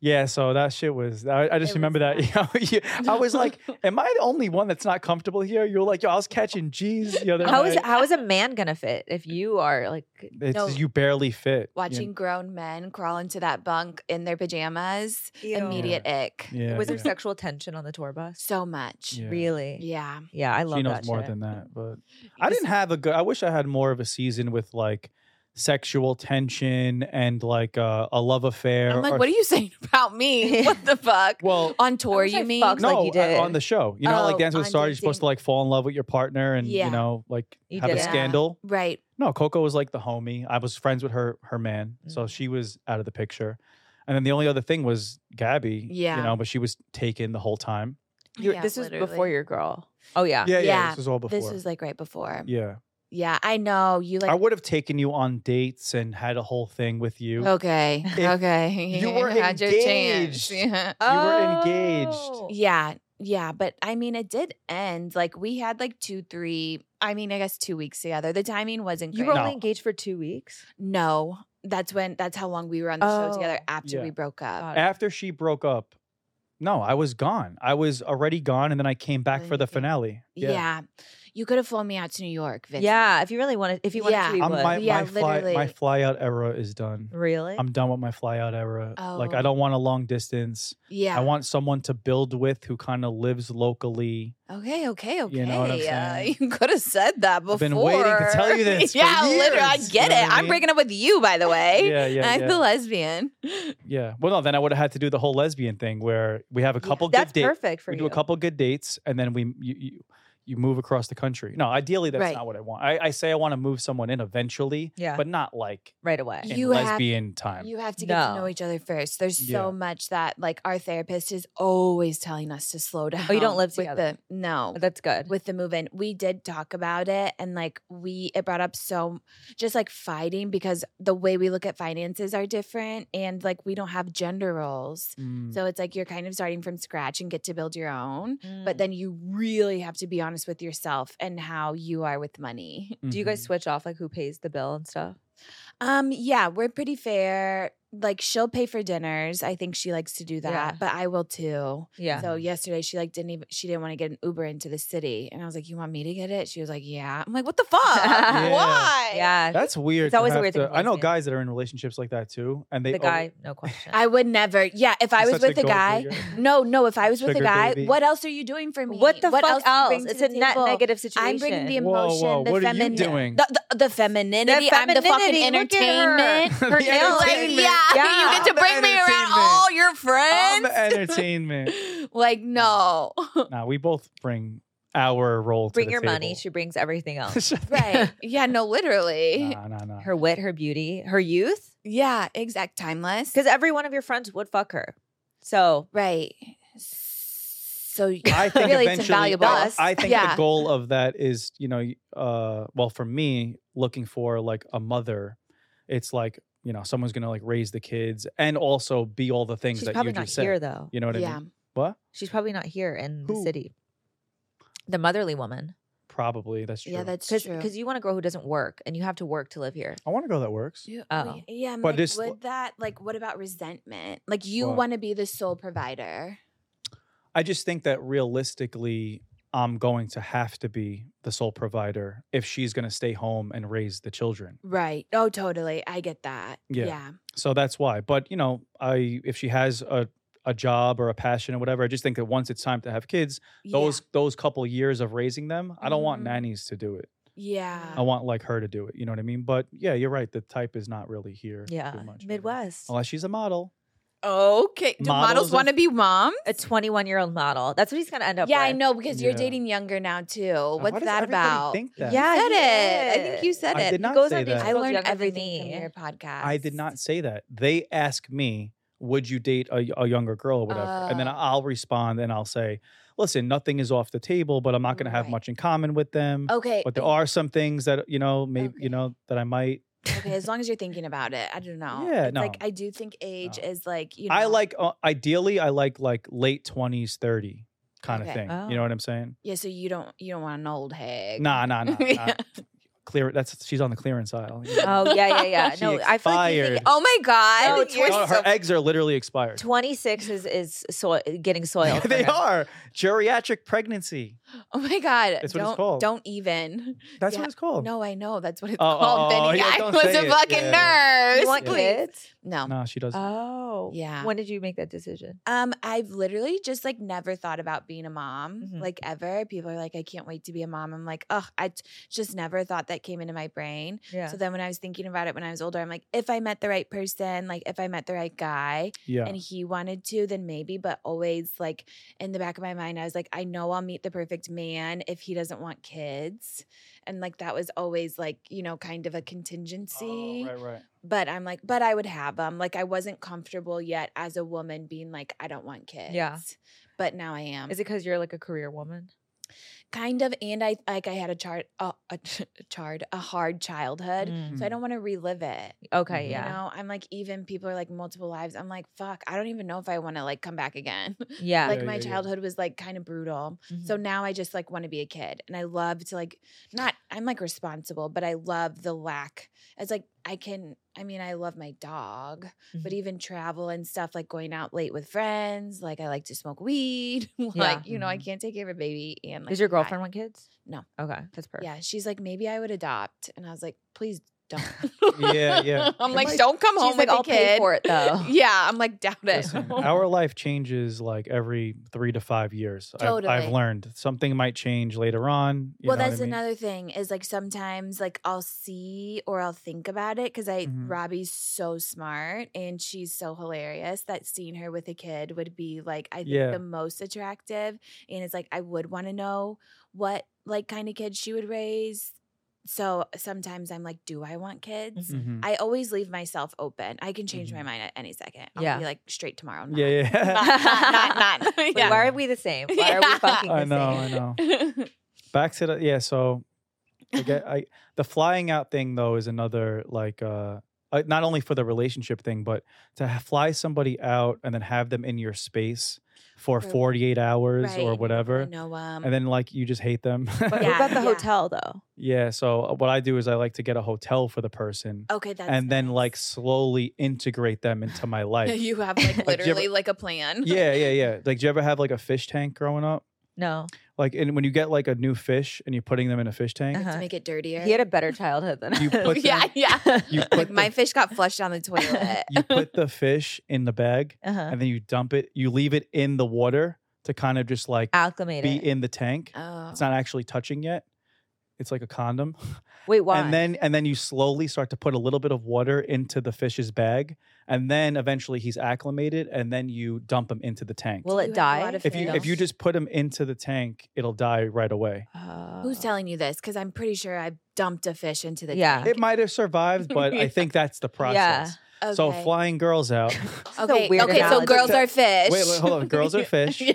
Speaker 2: Yeah, so that shit was. I, I just
Speaker 1: It was
Speaker 2: remember that. You know, yeah, I was like, "Am I the only one that's not comfortable here?" You're like, "Yo, I was catching G's the other
Speaker 3: How
Speaker 2: night."
Speaker 3: is how is a man gonna fit if you are like
Speaker 2: it's
Speaker 1: No.
Speaker 2: you barely fit. you
Speaker 1: Watching grown men crawl into that bunk in their pajamas, immediate ick.
Speaker 2: know? Yeah,
Speaker 3: was there
Speaker 2: yeah.
Speaker 3: sexual tension on the tour bus?
Speaker 1: So much. Yeah.
Speaker 2: Yeah.
Speaker 3: Really? Yeah, I love
Speaker 2: she knows
Speaker 3: that
Speaker 2: more
Speaker 3: shit.
Speaker 2: than that, but I didn't have a good. I wish I had more of a season with like sexual tension and like uh, a love affair.
Speaker 1: I'm like,
Speaker 2: or-
Speaker 1: what are you saying about me? what the fuck?
Speaker 2: Well,
Speaker 1: On tour,
Speaker 3: wish I
Speaker 1: you mean?
Speaker 3: fucked
Speaker 2: no,
Speaker 3: like you
Speaker 2: I-
Speaker 3: did.
Speaker 2: on the show. You know, how,
Speaker 1: Oh,
Speaker 2: like Dance with the
Speaker 1: on
Speaker 2: Stars, you're supposed
Speaker 1: dating.
Speaker 2: to like fall in love with your partner and
Speaker 1: Yeah.
Speaker 2: you know, like
Speaker 3: You
Speaker 2: have a
Speaker 3: didn't.
Speaker 1: Yeah.
Speaker 2: scandal.
Speaker 1: Right.
Speaker 2: No, Coco was like the homie. I was friends with her her man,
Speaker 1: Mm.
Speaker 2: so
Speaker 3: Mhm.
Speaker 2: she was out of the picture. And then the only other thing was Gabby.
Speaker 1: Yeah.
Speaker 2: you know, but she was taken the whole time.
Speaker 3: You're-
Speaker 1: Yeah,
Speaker 3: this was before
Speaker 1: literally.
Speaker 3: your girl. Oh yeah.
Speaker 2: Yeah, yeah.
Speaker 1: Uh, Yeah,
Speaker 2: this was all before.
Speaker 1: This was like right before. Yeah,
Speaker 2: yeah,
Speaker 1: I know. You like.
Speaker 2: I would have taken you on dates and had a whole thing with
Speaker 1: Oh,
Speaker 2: you.
Speaker 1: okay.
Speaker 2: If
Speaker 1: Okay.
Speaker 2: you were
Speaker 1: Had your chance.
Speaker 2: engaged.
Speaker 1: Yeah.
Speaker 2: You were engaged.
Speaker 3: Oh.
Speaker 1: Yeah. Yeah. But I mean, it did end. Like, we had like two, three, I mean, I guess two weeks together. The timing wasn't
Speaker 3: You
Speaker 1: great.
Speaker 3: were
Speaker 2: No.
Speaker 3: only engaged for two weeks.
Speaker 1: no, that's when, that's how long we were on the show together
Speaker 3: Oh.
Speaker 1: after
Speaker 2: Yeah.
Speaker 1: we broke up.
Speaker 3: Got it.
Speaker 2: After she broke up, no, I was gone. I was already gone, and then I came back
Speaker 1: Then
Speaker 2: for
Speaker 1: you
Speaker 2: the
Speaker 1: came-
Speaker 2: finale.
Speaker 1: Yeah. You could have flown me out to New York, Vince.
Speaker 3: Yeah, if you really wanted, if you wanted
Speaker 1: Yeah.
Speaker 3: to, you
Speaker 2: I'm,
Speaker 3: would.
Speaker 2: my
Speaker 1: Yeah,
Speaker 2: my fly my
Speaker 1: literally.
Speaker 2: fly out era is done.
Speaker 3: really?
Speaker 2: I'm done with my fly out era. Like
Speaker 1: Oh.
Speaker 2: I don't want a long distance.
Speaker 1: Yeah.
Speaker 2: I want someone to build with who kind of lives locally.
Speaker 1: okay, okay, okay. Uh,
Speaker 2: You know what I'm saying?
Speaker 1: you could have said that before.
Speaker 2: I've been waiting to tell you this for
Speaker 1: yeah, literally. I
Speaker 2: years, you
Speaker 1: get
Speaker 2: know
Speaker 1: it.
Speaker 2: what I
Speaker 1: I'm
Speaker 2: mean?
Speaker 1: breaking up with you, by the way.
Speaker 2: Yeah, yeah,
Speaker 1: I'm
Speaker 2: yeah.
Speaker 1: the lesbian.
Speaker 2: yeah. Well, no, then I would have had to do the whole lesbian thing where we have a
Speaker 1: Yeah.
Speaker 2: couple
Speaker 3: That's
Speaker 2: good dates.
Speaker 3: perfect for
Speaker 2: We
Speaker 3: you.
Speaker 2: do a couple good dates, and then we you you, you move across the country. No, ideally that's
Speaker 1: Right.
Speaker 2: not what I want. I, I say I want to move someone in eventually,
Speaker 3: Yeah.
Speaker 2: but not like
Speaker 3: right away.
Speaker 2: in
Speaker 1: You have-
Speaker 2: lesbian time.
Speaker 1: You have to get to
Speaker 3: No.
Speaker 1: know each other first. There's
Speaker 2: Yeah.
Speaker 1: so much that like our therapist is always telling us to slow down.
Speaker 3: Oh, don't live
Speaker 1: with
Speaker 3: together.
Speaker 1: The, no.
Speaker 3: That's good.
Speaker 1: With the move in, we did talk about it and like we, it brought up so just like fighting because the way we look at finances are different and like we don't have gender roles.
Speaker 2: Mm.
Speaker 1: So it's like you're kind of starting from scratch and get to build your own.
Speaker 3: Mm.
Speaker 1: But then you really have to be honest with yourself and how you are with money.
Speaker 3: do you guys
Speaker 2: Mhm.
Speaker 3: switch off like who pays the bill and stuff?
Speaker 1: Um, yeah, we're pretty fair. Like she'll pay for dinners. I think she likes to do that,
Speaker 3: Yeah. Uh-huh.
Speaker 1: but I will too.
Speaker 3: Yeah.
Speaker 1: So yesterday she like didn't even she didn't want to get an Uber into the city. And I was like, You want me to get it? She was like, Yeah. I'm like, what the fuck?
Speaker 3: Yeah.
Speaker 1: Why?
Speaker 3: yeah.
Speaker 2: That's weird.
Speaker 3: It's
Speaker 2: to
Speaker 3: always a
Speaker 2: have
Speaker 3: weird thing
Speaker 2: to-
Speaker 3: with
Speaker 2: I know
Speaker 3: lesbians.
Speaker 2: guys that are in relationships like that too, and they
Speaker 3: the
Speaker 2: oh,
Speaker 3: guy, no question.
Speaker 1: I would never. Yeah, if I
Speaker 2: You're
Speaker 1: was
Speaker 2: such a
Speaker 1: with a
Speaker 2: gold
Speaker 1: guy,
Speaker 2: digger.
Speaker 1: no, no. If I was with a
Speaker 2: Sugar
Speaker 1: guy,
Speaker 2: baby.
Speaker 1: what else are you doing for me?
Speaker 3: what the fuck
Speaker 1: do you
Speaker 3: else?
Speaker 1: bring to
Speaker 3: It's
Speaker 1: the
Speaker 3: a net
Speaker 1: table?
Speaker 3: negative situation.
Speaker 1: I'm bringing the
Speaker 2: Whoa,
Speaker 1: emotion,
Speaker 2: whoa,
Speaker 1: the
Speaker 2: what are you
Speaker 1: feminine,
Speaker 2: doing?
Speaker 1: the, the, the femininity.
Speaker 3: The
Speaker 1: I'm the fucking
Speaker 3: femininity, look at
Speaker 1: entertainment.
Speaker 3: her.
Speaker 2: The
Speaker 1: You know, like,
Speaker 2: entertainment.
Speaker 1: yeah,
Speaker 3: Yeah.
Speaker 1: you get to
Speaker 2: I'm the
Speaker 1: bring me around
Speaker 2: entertainment.
Speaker 1: all your
Speaker 2: I'm
Speaker 1: friends.
Speaker 2: the entertainment.
Speaker 1: like no,
Speaker 2: nah, we both bring our role.
Speaker 3: Bring
Speaker 2: to the
Speaker 3: your money.
Speaker 2: table.
Speaker 3: She brings everything else.
Speaker 1: right? Yeah, no, literally.
Speaker 2: nah, nah, nah.
Speaker 3: Her wit, her beauty, her youth.
Speaker 1: Yeah, exact timeless.
Speaker 3: Because every one of your friends would fuck her. So
Speaker 1: Right. So
Speaker 2: I think
Speaker 1: really,
Speaker 2: eventually,
Speaker 1: it's invaluable.
Speaker 2: I, I think
Speaker 1: yeah.
Speaker 2: the goal of that is, you know, uh, well, for me, looking for like a mother, it's like you know someone's gonna like raise the kids and also be all the things
Speaker 3: she's
Speaker 2: that you
Speaker 3: probably not
Speaker 2: just
Speaker 3: here
Speaker 2: said.
Speaker 3: though.
Speaker 2: You know what I
Speaker 1: yeah.
Speaker 2: mean? What?
Speaker 3: She's probably not here in the
Speaker 2: Who?
Speaker 3: city. The motherly woman.
Speaker 2: Probably that's true.
Speaker 1: Yeah, that's
Speaker 3: Because
Speaker 1: true.
Speaker 3: you want a girl who doesn't work and you have to work to live here.
Speaker 2: I want to go. That works.
Speaker 1: You-
Speaker 3: Oh.
Speaker 1: we- Yeah, I'm
Speaker 2: But
Speaker 1: like,
Speaker 2: this-
Speaker 1: would that like what about resentment? Like you
Speaker 2: What?
Speaker 1: want to be the sole provider.
Speaker 2: I just think that realistically, I'm going to have to be the sole provider if she's going to stay home and raise the children.
Speaker 1: Right. Oh, totally. I get that.
Speaker 2: Yeah.
Speaker 1: Yeah.
Speaker 2: So that's why. But you know, I if she has a a job or a passion or whatever, I just think that once it's time to have kids, those those couple years of raising them, I don't want
Speaker 1: Mhm.
Speaker 2: nannies to do it.
Speaker 1: Yeah.
Speaker 2: I want like her to do it. You know what I mean? But yeah, you're right. The type is not really here.
Speaker 3: Yeah.
Speaker 2: too much, really.
Speaker 3: Midwest.
Speaker 2: Unless she's a model.
Speaker 1: Okay. Do
Speaker 2: Oh, Models
Speaker 1: models
Speaker 2: of-
Speaker 1: want to be mom?
Speaker 3: A 21 year old model. That's what he's going to end up
Speaker 1: Yeah, I
Speaker 3: with.
Speaker 1: know because you're
Speaker 2: Yeah.
Speaker 1: dating younger now too.
Speaker 2: Uh, why
Speaker 1: What's
Speaker 2: does
Speaker 1: that
Speaker 2: everybody
Speaker 1: about?
Speaker 2: Think that?
Speaker 3: Yeah.
Speaker 1: said
Speaker 3: he
Speaker 1: it. I
Speaker 3: is.
Speaker 1: think you said
Speaker 2: I
Speaker 1: it.
Speaker 2: did not
Speaker 3: he goes
Speaker 2: say
Speaker 3: on dates
Speaker 2: that.
Speaker 1: I
Speaker 3: with girls
Speaker 1: learned
Speaker 3: younger than
Speaker 1: everything from
Speaker 3: me.
Speaker 1: your podcast.
Speaker 2: I did not say that. They ask me, "Would you date a, a younger girl or whatever?" and then
Speaker 1: Oh.
Speaker 2: I'll respond and I'll say, "Listen, nothing is off the table, but I'm not going to have
Speaker 1: Right.
Speaker 2: much in common with them.
Speaker 1: Okay.
Speaker 2: But there are some things that you know, maybe
Speaker 1: Okay.
Speaker 2: you know that I might.
Speaker 1: Okay, as long as you're thinking about it, I don't know.
Speaker 2: Yeah,
Speaker 1: It's Like
Speaker 2: no.
Speaker 1: I do think age
Speaker 2: No.
Speaker 1: is like you. Know,
Speaker 2: I like uh, ideally, I like like late twenties, thirty kind
Speaker 1: Okay.
Speaker 2: of thing. You know
Speaker 3: Oh.
Speaker 2: what I'm saying?
Speaker 1: Yeah, so you don't you don't want an old hag.
Speaker 2: Nah, nah, nah. nah. clear. That's she's on the clearance aisle. you know.
Speaker 3: Oh yeah, yeah, yeah.
Speaker 2: She
Speaker 3: No, I feel like you
Speaker 2: expired.
Speaker 3: think,
Speaker 1: Oh my god!
Speaker 3: Oh,
Speaker 1: you're
Speaker 2: Oh,
Speaker 3: twenty-
Speaker 1: so-
Speaker 2: her eggs are literally expired.
Speaker 3: twenty six is is so, getting soiled. for
Speaker 2: they
Speaker 3: him.
Speaker 2: are geriatric pregncy.
Speaker 1: oh my god!
Speaker 2: That's what
Speaker 1: don't
Speaker 2: it's called.
Speaker 1: don't even.
Speaker 2: That's
Speaker 1: Yeah.
Speaker 2: what it's called.
Speaker 1: No, I know that's what it's
Speaker 2: Oh, oh,
Speaker 1: called.
Speaker 2: oh,
Speaker 1: Benny
Speaker 2: yeah,
Speaker 1: Guy
Speaker 2: don't
Speaker 1: was
Speaker 2: say
Speaker 1: a
Speaker 2: it.
Speaker 1: fucking
Speaker 2: Yeah.
Speaker 1: nurse.
Speaker 3: You want
Speaker 1: please.
Speaker 3: kids?
Speaker 1: No.
Speaker 2: no, she
Speaker 1: uh,
Speaker 2: doesn't.
Speaker 3: Oh
Speaker 1: Yeah.
Speaker 3: When did you make that decision?
Speaker 1: Um, I've literally just like never thought about being a mom,
Speaker 3: Mhm.
Speaker 1: like ever. People are like, I can't wait to be a mom. I'm like, oh, I t- just never thought that came into my brain.
Speaker 3: Yeah.
Speaker 1: So then when I was thinking about it when I was older, I'm like, if I met the right person, like if I met the right guy
Speaker 2: yeah,
Speaker 1: and he wanted to, then maybe. But always like in the back of my mind, I was like, I know I'll meet the perfect man if he doesn't want kids. And like that was always like, you know, kind of a contingency
Speaker 2: Oh, right, right.
Speaker 1: but I'm like, but I would have them. Like I wasn't comfortable yet as a woman being like, I don't want kids.
Speaker 3: Yeah.
Speaker 1: But now I am.
Speaker 3: Is it because you're like a career woman?
Speaker 1: kind of? And I like I had a chart, a, a charred, a hard childhood, so I
Speaker 2: Mm.
Speaker 1: don't want to relive it.
Speaker 3: Okay,
Speaker 2: Mhm.
Speaker 1: You
Speaker 3: yeah,
Speaker 1: know, I'm like, even people are like multiple lives. I'm like, fuck, I don't even know if I want to like come back again.
Speaker 3: yeah.
Speaker 1: like
Speaker 2: Yeah,
Speaker 1: my
Speaker 2: yeah, yeah.
Speaker 1: childhood was like kind of brutal.
Speaker 3: Mhm.
Speaker 1: So now I just like want to be a kid and I love to like not I'm like responsible, but I love the lack. It's like I can I mean I love my dog, but
Speaker 3: Mhm.
Speaker 1: even travel and stuff like going out late with friends, like I like to smoke weed. like, you know, I
Speaker 2: Mhm.
Speaker 1: can't take care of a baby and like
Speaker 3: Does mm-hmm. your
Speaker 1: I-
Speaker 3: girlfriend want kids?
Speaker 1: No.
Speaker 3: Okay, that's perfect.
Speaker 1: Yeah, she's like maybe I would adopt and I was like please don't.
Speaker 2: Yeah, yeah.
Speaker 1: I'm
Speaker 2: It
Speaker 1: like
Speaker 2: might-
Speaker 1: don't come
Speaker 3: She's
Speaker 1: home
Speaker 3: like,
Speaker 1: with a
Speaker 3: "I'll pay
Speaker 1: kid."
Speaker 3: for it, though.
Speaker 1: yeah, I'm like doubt it.
Speaker 2: Listen, our life changes like every three to five years. I've- I've,
Speaker 1: Totally.
Speaker 2: learned something might change later on. you
Speaker 1: well,
Speaker 2: know what I
Speaker 1: that's
Speaker 2: mean?
Speaker 1: another thing is like sometimes like I'll see or I'll think about it because I
Speaker 2: Mhm.
Speaker 1: Robbie's so smart and she's so hilarious that seeing her with a kid would be like I think
Speaker 2: Yeah.
Speaker 1: the most attractive and it's like I would want to know what like kind of kids she would raise. So sometimes I'm like, do I want kids?
Speaker 2: Mhm.
Speaker 1: I always leave myself open. I can change my
Speaker 2: Mhm.
Speaker 1: mind at any second. I'll
Speaker 3: Yeah.
Speaker 1: be like straight tomorrow.
Speaker 2: Yeah,
Speaker 1: no.
Speaker 2: yeah.
Speaker 1: Not, not, not.
Speaker 3: Like,
Speaker 1: yeah.
Speaker 3: Why are we the same? Why are we
Speaker 1: Yeah.
Speaker 3: fucking the
Speaker 2: I know,
Speaker 3: same?
Speaker 2: I know. Back to the yeah. So I get- I the flying out thing though is another like uh uh, not only for the relationship thing, but to ha- fly somebody out and then have them in your space for
Speaker 1: For-
Speaker 2: 48 hours
Speaker 1: Right,
Speaker 2: or
Speaker 1: and
Speaker 2: whatever,
Speaker 1: No, um,
Speaker 2: and then like you just hate them.
Speaker 3: But
Speaker 1: Yeah,
Speaker 3: what about the
Speaker 1: yeah.
Speaker 3: hotel though?
Speaker 2: yeah. So uh, what I do is I like to get a hotel for the person.
Speaker 1: Okay, Oh, that's
Speaker 2: and then
Speaker 1: nice.
Speaker 2: like slowly integrate them into my life.
Speaker 1: you have like
Speaker 3: Like,
Speaker 2: ever-
Speaker 3: do you
Speaker 1: literally like a plan.
Speaker 2: yeah, yeah, yeah. Like, do you ever have like a fish tank growing up?
Speaker 3: No,
Speaker 2: Like, and when you get like a new fish and you're putting them in a fish tank,
Speaker 3: Uh-huh.
Speaker 1: to make it dirtier.
Speaker 3: he had a better childhood than
Speaker 2: You
Speaker 3: us.
Speaker 2: put
Speaker 1: yeah,
Speaker 2: them-
Speaker 1: yeah.
Speaker 2: you
Speaker 1: Like
Speaker 2: put
Speaker 1: my
Speaker 2: the,
Speaker 1: fish got flushed down the toilet.
Speaker 2: you put the fish in the bag,
Speaker 3: uh-huh.
Speaker 2: and then you dump it. You leave it in the water to kind of just like
Speaker 3: acclimate
Speaker 2: be
Speaker 3: it.
Speaker 2: in the tank.
Speaker 1: oh,
Speaker 2: It's not actually touching yet. It's like a condom,
Speaker 3: Wait, why?
Speaker 2: and then and then you slowly start to put a little bit of water into the fish's bag, and then eventually he's acclimated, and then you dump him into the tank.
Speaker 3: will
Speaker 1: You
Speaker 3: it
Speaker 1: have a
Speaker 3: die?
Speaker 1: lot of
Speaker 2: if you if you
Speaker 1: fish.
Speaker 2: just put them into the tank, it'll die right away.
Speaker 3: Uh,
Speaker 1: who's telling you this? Because I'm pretty sure I dumped a fish into the
Speaker 3: Yeah.
Speaker 1: tank.
Speaker 2: It might have survived, but I think that's the process.
Speaker 1: Okay.
Speaker 2: So flying girls out.
Speaker 3: This is a
Speaker 1: Okay.
Speaker 3: weird
Speaker 1: okay. So
Speaker 3: analogy.
Speaker 1: girls are fish.
Speaker 2: wait, wait, hold on. Girls are fish.
Speaker 1: yeah.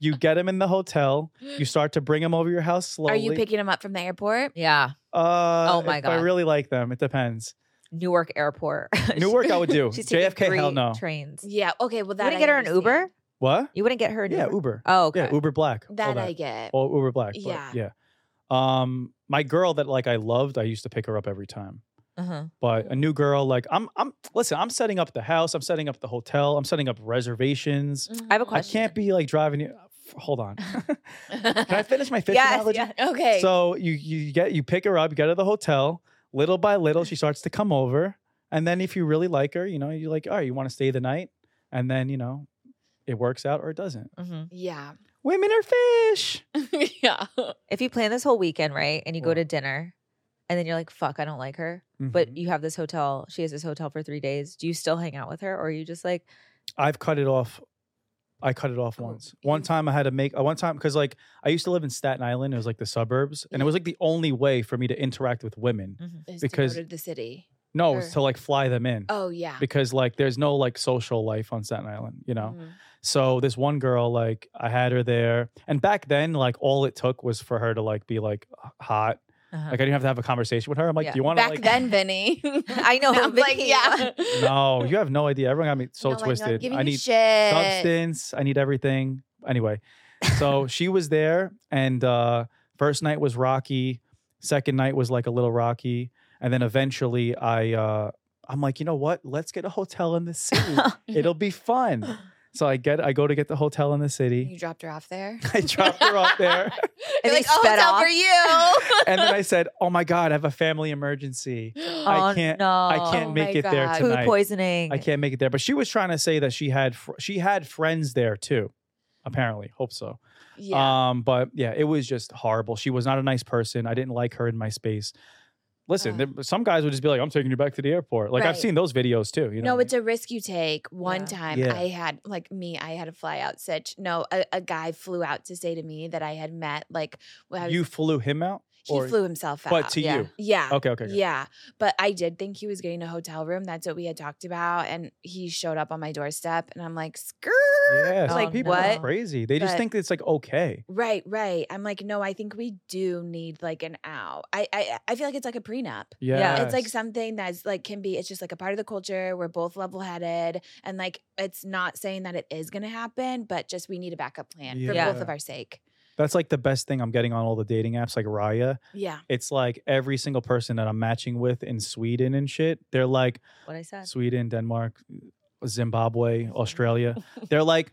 Speaker 2: You get them in the hotel. You start to bring them over your house slowly.
Speaker 1: Are you picking them up from the airport?
Speaker 3: Yeah,
Speaker 2: Uh,
Speaker 3: Oh my
Speaker 2: if I
Speaker 3: God.
Speaker 2: really like them. It depends.
Speaker 3: Newark Airport.
Speaker 2: Newark, I would do.
Speaker 3: She's taking
Speaker 2: JFK, hell
Speaker 3: three
Speaker 2: no.
Speaker 3: Trains. You
Speaker 1: Yeah. Okay. Well, that
Speaker 3: wouldn't
Speaker 1: I
Speaker 3: get her an
Speaker 1: understand.
Speaker 3: Uber.
Speaker 2: What?
Speaker 3: You wouldn't get her an
Speaker 2: Yeah,
Speaker 3: Uber.
Speaker 2: Uber.
Speaker 3: Oh, okay.
Speaker 2: Yeah, Uber Black. all
Speaker 1: That, I get.
Speaker 2: All Uber Black. but
Speaker 1: Yeah.
Speaker 2: Yeah. Um, my girl that like I loved, I used to pick her up every time.
Speaker 3: Uh-huh.
Speaker 2: but a new girl like i'm i'm listen i'm setting up the house i'm setting up the hotel i'm setting up reservations
Speaker 1: Mhm.
Speaker 3: I have a
Speaker 2: i
Speaker 3: Mm, question.
Speaker 2: can't be like driving you f- hold on can i finish my fish
Speaker 3: Yes,
Speaker 2: analogy
Speaker 3: yes.
Speaker 1: okay.
Speaker 2: so you you get you pick her up you get her to the hotel little by little she starts to come over and then if you really like her you know you're like all right you want to stay the night and then you know it works out or it doesn't
Speaker 3: hmm
Speaker 1: yeah.
Speaker 2: women are fish
Speaker 1: yeah.
Speaker 3: If you plan this whole weekend, right, and you go
Speaker 2: What?
Speaker 3: to dinner, and then you're like, "Fuck, I don't like her," but
Speaker 2: Mhm.
Speaker 3: you have this hotel. She has this hotel for three days. Do you still hang out with her, or are you just like,
Speaker 2: I've cut it off. I cut it off
Speaker 1: Oh,
Speaker 2: once. One
Speaker 1: you-
Speaker 2: time I had to make uh, one time because like I used to live in Staten Island. It was like the suburbs, and it
Speaker 1: Yeah.
Speaker 2: was like the only way for me to interact with women.
Speaker 1: Is
Speaker 2: Because-
Speaker 1: to go to the city.
Speaker 2: No, it was
Speaker 1: Sure.
Speaker 2: to like fly them in
Speaker 1: Oh yeah.
Speaker 2: because like there's no like social life on Staten Island, you know.
Speaker 1: Mhm.
Speaker 2: So this one girl, like I had her there, and back then like all it took was for her to like be like h- hot.
Speaker 3: uh-huh.
Speaker 2: Like I didn't have to have a conversation with her. I'm like,
Speaker 3: Yeah.
Speaker 2: do you want to
Speaker 1: Back
Speaker 2: like?
Speaker 1: then, Vinny.
Speaker 3: I know,
Speaker 1: I'm like,
Speaker 3: Vinny.
Speaker 1: yeah.
Speaker 2: No, you have no idea. Everyone got me so
Speaker 1: No, I know, I'm
Speaker 2: twisted.
Speaker 1: giving
Speaker 2: I
Speaker 1: you
Speaker 2: need
Speaker 1: shit.
Speaker 2: substance. I need everything. Anyway, so she was there, and uh, first night was rocky. Second night was like a little rocky, and then eventually I uh, I'm like, you know what? Let's get a hotel in the city. It'll be fun. So I get I go to get the hotel in the
Speaker 1: You
Speaker 2: city.
Speaker 1: dropped her off there.
Speaker 2: I dropped her off there.
Speaker 3: You're
Speaker 1: they
Speaker 3: like, oh,
Speaker 1: sped
Speaker 3: hotel
Speaker 1: off?
Speaker 3: for you.
Speaker 2: And then I said, "Oh my god, I have a family emergency.
Speaker 3: oh,
Speaker 2: I can't
Speaker 3: No.
Speaker 2: I can't
Speaker 1: Oh
Speaker 2: make
Speaker 1: my
Speaker 2: it there
Speaker 1: God.
Speaker 3: Food
Speaker 2: tonight.
Speaker 3: poisoning.
Speaker 2: I can't make it there." But she was trying to say that she had fr- she had friends there too. Apparently, hope so.
Speaker 1: Yeah.
Speaker 2: Um, but yeah, it was just horrible. She was not a nice person. I didn't like her in my space. Listen,
Speaker 1: Ugh.
Speaker 2: there, some guys would just be like, "I'm taking you back to the airport." Like I've
Speaker 1: Uh. Right.
Speaker 2: seen those videos too. You know,
Speaker 1: no, it's a risk you take. One
Speaker 3: Yeah.
Speaker 1: time
Speaker 2: Yeah.
Speaker 1: I had, like me, I had a fly out such. No, a, a guy flew out to say to me that I had met, like, when I was-
Speaker 2: you flew him out,
Speaker 1: he
Speaker 2: or-
Speaker 1: flew himself out.
Speaker 2: but to
Speaker 3: yeah.
Speaker 2: you,
Speaker 1: yeah.
Speaker 2: okay, okay, okay.
Speaker 1: Yeah. But I did think he was getting a hotel room. That's what we had talked about. And he showed up on my doorstep and I'm like, skirt.
Speaker 2: Yeah,
Speaker 3: Like,
Speaker 2: like people are
Speaker 3: what?
Speaker 2: crazy. They just
Speaker 1: But-
Speaker 2: think it's like okay.
Speaker 1: Right, right. I'm like, no, I think we do need like an out. I I, I feel like it's like a prenup.
Speaker 3: Yeah.
Speaker 1: It's like
Speaker 2: Yes.
Speaker 1: something that's like can be, it's just like a part of the culture. We're both level headed. And like, it's not saying that it is going to happen, but just we need a backup plan
Speaker 2: Yeah.
Speaker 1: for both of our sake.
Speaker 2: That's like the best thing I'm getting on all the dating apps, like Raya.
Speaker 1: Yeah.
Speaker 2: It's like every single person that I'm matching with in Sweden and shit, they're like
Speaker 3: What I said.
Speaker 2: Sweden, Denmark, Zimbabwe, Australia. They're like,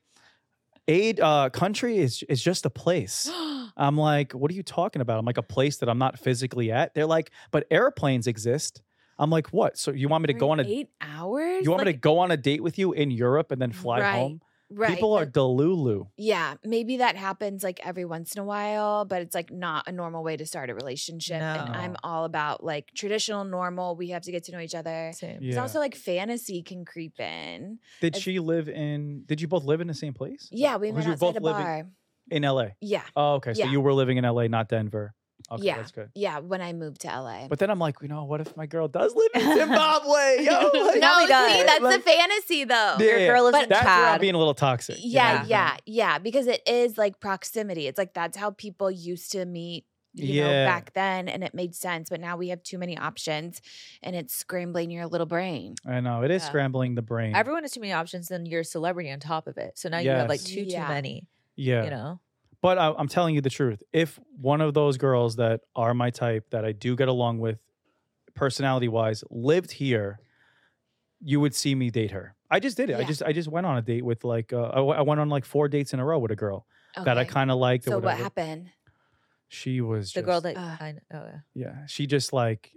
Speaker 2: aid uh, country is is just a place. I'm like, what are you talking about? I'm like a place that I'm not physically at. They're like, but airplanes exist. I'm like, what? So you want me to go on a
Speaker 1: eight hours?
Speaker 2: you want me to
Speaker 1: Like,
Speaker 2: go on a date with you in Europe and then fly
Speaker 1: Right,
Speaker 2: home?
Speaker 1: right,
Speaker 2: People are
Speaker 1: like-
Speaker 2: delulu.
Speaker 1: Yeah, maybe that happens like every once in a while, but it's like not a normal way to start a relationship. And
Speaker 3: No.
Speaker 1: I'm all about like traditional, normal. We have to get to know each other.
Speaker 3: Same.
Speaker 1: It's
Speaker 2: Yeah.
Speaker 1: also like fantasy can creep in.
Speaker 2: Did
Speaker 1: It's-
Speaker 2: she live in? Did you both live in the same place?
Speaker 1: Yeah, we met
Speaker 2: Because you're
Speaker 1: outside
Speaker 2: both
Speaker 1: a
Speaker 2: living-
Speaker 1: bar.
Speaker 2: In LA.
Speaker 1: Yeah,
Speaker 2: Oh, okay. So
Speaker 1: Yeah.
Speaker 2: you were living in LA, not Denver. Okay,
Speaker 1: Yeah.
Speaker 2: that's good.
Speaker 1: yeah. When I moved to LA,
Speaker 2: But then I'm like, you know, what if my girl does live in Zimbabwe? Yo, like,
Speaker 3: No, Probably
Speaker 1: no,
Speaker 3: does.
Speaker 1: see, that's the
Speaker 2: Oh Like-
Speaker 1: fantasy though.
Speaker 2: Yeah,
Speaker 3: Your
Speaker 2: yeah.
Speaker 3: girl lives
Speaker 1: But
Speaker 3: in
Speaker 2: that's where I'm
Speaker 3: Chad.
Speaker 2: being a little toxic. you know what
Speaker 1: Yeah,
Speaker 2: I'm
Speaker 1: yeah,
Speaker 2: saying?
Speaker 1: yeah. Because it is like proximity. It's like that's how people used to meet, you know,
Speaker 2: Yeah.
Speaker 1: back then, and it made sense. But now we have too many options, and it's scrambling your little brain.
Speaker 2: I know it is
Speaker 3: Yeah.
Speaker 2: scrambling the brain.
Speaker 3: Everyone has too many options, then you're a celebrity on top of it. So now you have like
Speaker 2: Yes.
Speaker 3: two
Speaker 1: Yeah.
Speaker 3: too many.
Speaker 2: yeah,
Speaker 3: You know.
Speaker 2: but I, I'm telling you the truth. If one of those girls that are my type that I do get along with, personality wise, lived here, you would see me date her. I just did it. I
Speaker 1: Yeah.
Speaker 2: just I just went on a date with like uh, I, w- I went on like four dates in a row with a girl that I
Speaker 1: Okay.
Speaker 2: kind of liked. Or
Speaker 1: So what
Speaker 2: whatever.
Speaker 1: happened?
Speaker 2: She was
Speaker 3: The
Speaker 2: just-
Speaker 3: girl that
Speaker 1: Ah.
Speaker 3: I know. Oh, yeah.
Speaker 2: Yeah, she just like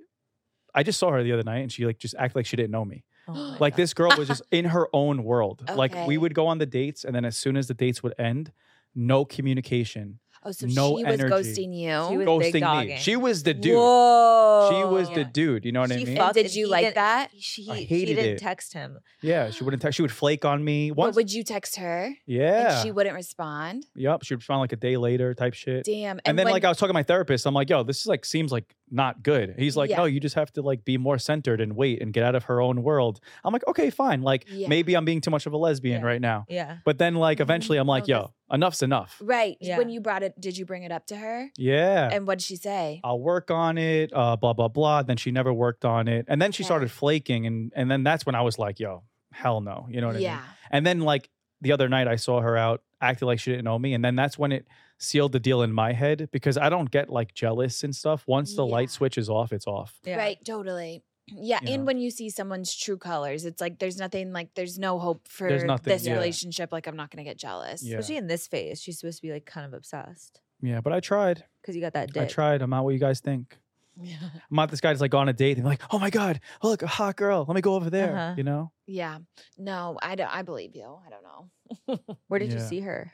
Speaker 2: I just saw her the other night and she like just acted like she didn't know me.
Speaker 3: Oh my
Speaker 2: Like
Speaker 3: God.
Speaker 2: this girl was just in her own world. Like
Speaker 1: Okay.
Speaker 2: we would go on the dates and then as soon as the dates would end, no communication.
Speaker 1: Oh, so
Speaker 2: No
Speaker 1: she was
Speaker 2: energy.
Speaker 1: ghosting you.
Speaker 3: She was- big
Speaker 2: Ghosting me.
Speaker 3: dogging.
Speaker 2: She was the dude.
Speaker 1: Whoa.
Speaker 2: She was the
Speaker 3: Yeah.
Speaker 2: dude. You know what I
Speaker 3: She
Speaker 2: mean?
Speaker 3: fucked
Speaker 1: Did
Speaker 3: and
Speaker 1: you
Speaker 3: he
Speaker 1: like
Speaker 3: didn't-
Speaker 1: that?
Speaker 3: She,
Speaker 2: I
Speaker 3: he
Speaker 2: hated
Speaker 3: didn't
Speaker 2: it.
Speaker 3: text him.
Speaker 2: yeah. She wouldn't text she would flake on me.
Speaker 1: What
Speaker 2: Once
Speaker 1: would you text her?
Speaker 2: Yeah.
Speaker 1: And she wouldn't respond.
Speaker 2: yep. She would respond like a day later type shit.
Speaker 1: Damn.
Speaker 2: and then
Speaker 1: when-
Speaker 2: like I was talking to my therapist, I'm like, yo, this is like seems like not good. He's like,
Speaker 1: Yeah.
Speaker 2: no, you just have to like be more centered and wait and get out of her own world. I'm like, okay, fine. Like
Speaker 1: Yeah.
Speaker 2: maybe I'm being too much of a lesbian
Speaker 3: Yeah.
Speaker 2: right now.
Speaker 3: Yeah.
Speaker 2: But then like
Speaker 1: Mhm.
Speaker 2: eventually I'm
Speaker 1: No,
Speaker 2: like,
Speaker 1: Mm.
Speaker 2: yo, enough's enough.
Speaker 1: right
Speaker 3: Yeah.
Speaker 1: when you brought it, did you bring it up to her?
Speaker 2: Yeah.
Speaker 1: And what did she say?
Speaker 2: I'll work on it, uh, blah, blah, blah. Then she never worked on it. And then she
Speaker 1: Okay.
Speaker 2: started flaking and and then that's when I was like, yo, hell no. You know what I
Speaker 1: yeah.
Speaker 2: mean? And then like the other night I saw her out acting like she didn't know me. And then that's when it sealed the deal in my head because I don't get like jealous and stuff. Once the
Speaker 1: Yeah.
Speaker 2: light switch is off, it's off.
Speaker 3: Yeah.
Speaker 1: Right. Totally. Yeah.
Speaker 2: You
Speaker 1: and
Speaker 2: know.
Speaker 1: when you see someone's true colors, it's like there's nothing like there's no hope for
Speaker 2: nothing,
Speaker 1: this
Speaker 2: yeah.
Speaker 1: relationship. Like I'm not gonna get jealous.
Speaker 2: Yeah.
Speaker 3: Especially in this phase, she's supposed to be like kind of obsessed
Speaker 2: Yeah, but I tried.
Speaker 3: because you got that dick.
Speaker 2: I tried. I'm not what you guys think.
Speaker 1: Yeah.
Speaker 2: I'm not this guy that's like on a date and like, oh my God, oh, look, a hot girl. Let me go over there.
Speaker 3: Uh-huh.
Speaker 2: You know?
Speaker 1: Yeah. No, I don't I believe you. I don't know.
Speaker 3: Where did you
Speaker 2: Yeah.
Speaker 3: see her?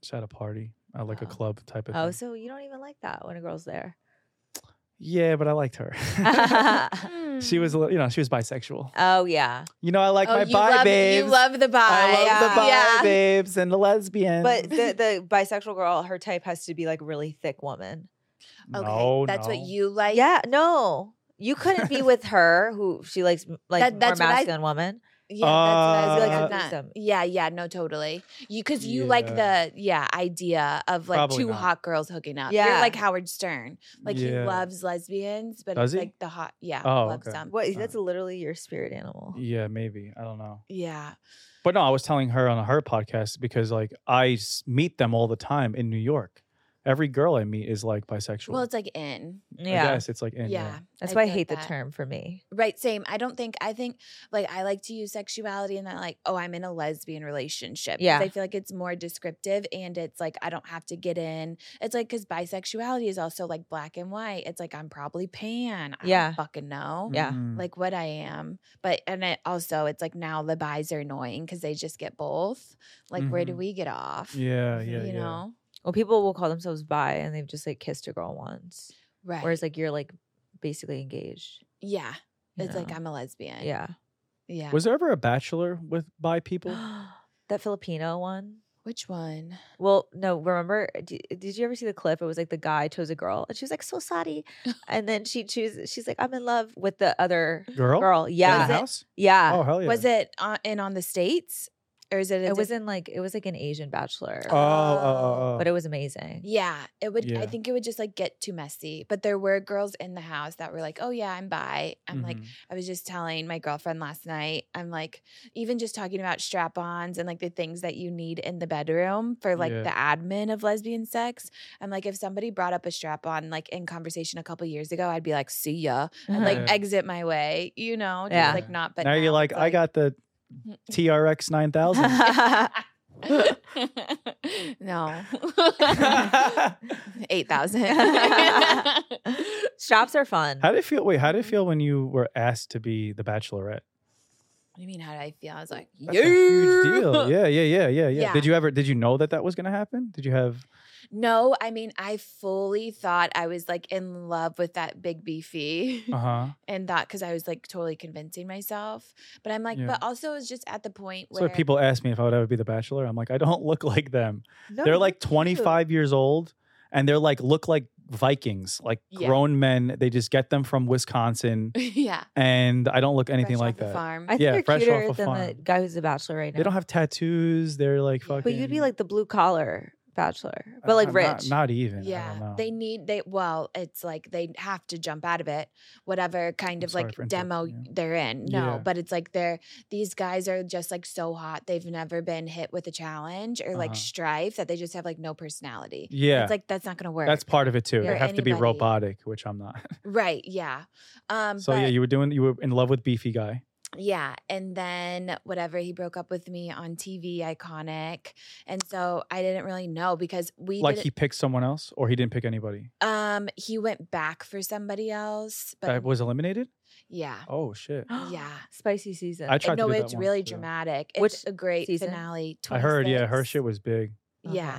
Speaker 2: Just at a party, at like a
Speaker 3: Oh.
Speaker 2: club type of
Speaker 3: Oh,
Speaker 2: thing.
Speaker 3: so you don't even like that when a girl's there.
Speaker 2: Yeah, but I liked her. she was, a li- you know, she was bisexual.
Speaker 3: oh yeah,
Speaker 2: You know, I like
Speaker 1: Hmm. oh,
Speaker 2: my
Speaker 1: you
Speaker 2: bi
Speaker 1: love,
Speaker 2: babes.
Speaker 1: You love the bi.
Speaker 2: I love the bi
Speaker 1: yeah.
Speaker 2: babes and the lesbians.
Speaker 3: but the, the bisexual girl, her type has to be like really thick woman.
Speaker 1: Okay,
Speaker 2: no,
Speaker 1: that's
Speaker 2: no.
Speaker 1: what you like.
Speaker 3: yeah, no, you couldn't be with her who she likes m- like
Speaker 1: That-
Speaker 3: more
Speaker 1: that's what I-
Speaker 3: masculine woman.
Speaker 1: yeah, that's what I was
Speaker 2: Uh,
Speaker 1: like. I'm not-
Speaker 3: Threesome.
Speaker 1: Yeah, yeah, no, totally. You because you like
Speaker 2: Yeah.
Speaker 1: the yeah idea of like
Speaker 2: Probably
Speaker 1: two
Speaker 2: not.
Speaker 1: hot girls hooking up.
Speaker 3: Yeah.
Speaker 1: you're like Howard Stern. Like he
Speaker 2: Yeah.
Speaker 1: loves lesbians, but
Speaker 2: Does
Speaker 1: it's
Speaker 2: he?
Speaker 1: like the hot. Yeah,
Speaker 2: Oh,
Speaker 1: loves
Speaker 2: okay.
Speaker 1: them.
Speaker 3: What?
Speaker 2: Uh,
Speaker 3: that's literally your spirit animal.
Speaker 2: Yeah, maybe. I don't know.
Speaker 1: Yeah,
Speaker 2: But no, I was telling her on her podcast because like I s- meet them all the time in New York. Every girl I meet is like bisexual.
Speaker 1: Well, it's like in.
Speaker 3: Yeah.
Speaker 2: Yes, it's like in. Yeah.
Speaker 1: yeah.
Speaker 3: That's why I
Speaker 1: feel
Speaker 3: hate the
Speaker 1: that.
Speaker 3: term for me.
Speaker 1: Right, same. I don't think I think like I like to use sexuality and that like, oh, I'm in a lesbian relationship. 'cause
Speaker 3: Yeah.
Speaker 1: I feel like it's more descriptive and it's like I don't have to get in. It's like because bisexuality is also like black and white. It's like I'm probably pan. I
Speaker 3: Yeah.
Speaker 1: don't fucking know.
Speaker 3: Yeah.
Speaker 2: Mhm.
Speaker 1: Like what I am. But and it also it's like now the buys are annoying because they just get both. Like where do
Speaker 2: Mhm.
Speaker 1: we get off?
Speaker 2: yeah, yeah,
Speaker 1: You
Speaker 2: yeah.
Speaker 1: know?
Speaker 3: Well, people will call themselves bi and they've just like kissed a girl once.
Speaker 1: Right.
Speaker 3: Whereas like you're like basically engaged.
Speaker 1: yeah.
Speaker 3: you
Speaker 1: It's like
Speaker 3: know?
Speaker 1: I'm a lesbian.
Speaker 3: Yeah.
Speaker 1: Yeah.
Speaker 2: Was there ever a bachelor with bi people?
Speaker 3: that Filipino one.
Speaker 1: Which one?
Speaker 3: Well, no, remember, d- did you ever see the clip? It was like the guy chose a girl and she was like, so sorry. And then she chooses, she's like, I'm in love with the other
Speaker 2: Girl?
Speaker 3: girl.
Speaker 2: In
Speaker 3: Yeah.
Speaker 2: the house?
Speaker 3: Yeah.
Speaker 2: Oh, hell yeah.
Speaker 1: Was it on, in on the states, or is it? A
Speaker 3: It was
Speaker 1: diff-
Speaker 3: in like, it was like an Asian bachelor,
Speaker 2: Oh, oh, oh, oh.
Speaker 3: but it was amazing.
Speaker 1: Yeah, it would.
Speaker 2: Yeah.
Speaker 1: I think it would just like get too messy. But there were girls in the house that were like, "Oh yeah, I'm bi." I'm like,
Speaker 2: Mhm.
Speaker 1: I was just telling my girlfriend last night. I'm like, even just talking about strap-ons and like the things that you need in the bedroom for like
Speaker 2: Yeah.
Speaker 1: the admin of lesbian sex. I'm like, if somebody brought up a strap-on like in conversation a couple years ago, I'd be like, "See ya," and like
Speaker 2: Yeah.
Speaker 1: exit my way. You know, just
Speaker 3: Yeah.
Speaker 1: like not. But
Speaker 2: now, you're like,
Speaker 1: it's
Speaker 2: I got the TRX 9000.
Speaker 1: no.
Speaker 2: how
Speaker 1: 8,000.
Speaker 3: Straps are fun.
Speaker 2: did it feel? Wait, how did
Speaker 1: Mm-hmm.
Speaker 2: it feel when you were asked to be the bachelorette?
Speaker 1: I mean, how did I feel? I was like,
Speaker 2: That's a huge
Speaker 1: "Yeah."
Speaker 2: deal. Yeah, yeah, yeah, yeah, yeah.
Speaker 1: Yeah.
Speaker 2: Did you ever? Did you know that that was going to happen? Did you have?
Speaker 1: No, I mean, I fully thought I was like in love with that big beefy
Speaker 2: Uh huh.
Speaker 1: and that because I was like totally convincing myself. But I'm like,
Speaker 2: Yeah.
Speaker 1: but also it's just at the point
Speaker 2: So
Speaker 1: where
Speaker 2: if people ask me if I would ever be the bachelor. I'm like, I don't look like them.
Speaker 3: No,
Speaker 2: they're
Speaker 3: you're
Speaker 2: like
Speaker 3: cute.
Speaker 2: 25 years old, and they're like look like Vikings, like
Speaker 1: Yeah.
Speaker 2: grown men. They just get them from Wisconsin,
Speaker 1: yeah,
Speaker 2: and I don't look anything
Speaker 1: fresh
Speaker 2: like
Speaker 1: off the
Speaker 2: that.
Speaker 1: farm.
Speaker 3: I think
Speaker 2: yeah,
Speaker 3: you're
Speaker 2: fresh off
Speaker 3: cuter
Speaker 2: a
Speaker 3: than the
Speaker 2: farm.
Speaker 3: guy who's a bachelor right now.
Speaker 2: They don't have tattoos. They're like fucking.
Speaker 1: But
Speaker 3: But you'd be like the blue collar bachelor, but like
Speaker 2: not- Not,
Speaker 3: rich.
Speaker 2: not even. I don't
Speaker 1: Yeah,
Speaker 2: know.
Speaker 1: they need they well, it's like they have to jump out of it, whatever kind
Speaker 2: I'm
Speaker 1: of like
Speaker 2: sorry for
Speaker 1: demo
Speaker 2: interrupting
Speaker 1: they're in. No,
Speaker 2: Yeah.
Speaker 1: but it's like they're these guys are just like so hot. They've never been hit with a challenge or like
Speaker 2: Uh-huh.
Speaker 1: strife that they just have like no personality.
Speaker 2: Yeah.
Speaker 1: It's like that's not gonna work.
Speaker 2: That's part of it too.
Speaker 1: Yeah.
Speaker 2: They have to be
Speaker 1: Anybody.
Speaker 2: robotic, which I'm not.
Speaker 1: right. Yeah. Um
Speaker 2: so
Speaker 1: but,
Speaker 2: yeah, you were doing. You were in love with beefy guy.
Speaker 1: Yeah. And then whatever, he broke up with me on TV, iconic. And so I didn't really know because we
Speaker 2: like
Speaker 1: didn't-
Speaker 2: he picked someone else, or he didn't pick anybody.
Speaker 1: um he went back for somebody else. But
Speaker 2: that was eliminated.
Speaker 1: yeah.
Speaker 2: Oh shit!
Speaker 1: Yeah.
Speaker 3: Spicy season.
Speaker 2: I tried
Speaker 1: no,
Speaker 2: to do that
Speaker 1: it's
Speaker 2: once,
Speaker 1: really
Speaker 2: too.
Speaker 1: dramatic. It's
Speaker 3: Which
Speaker 1: a great
Speaker 3: season?
Speaker 1: finale. 26.
Speaker 2: I heard. Yeah, her shit was big.
Speaker 1: Yeah.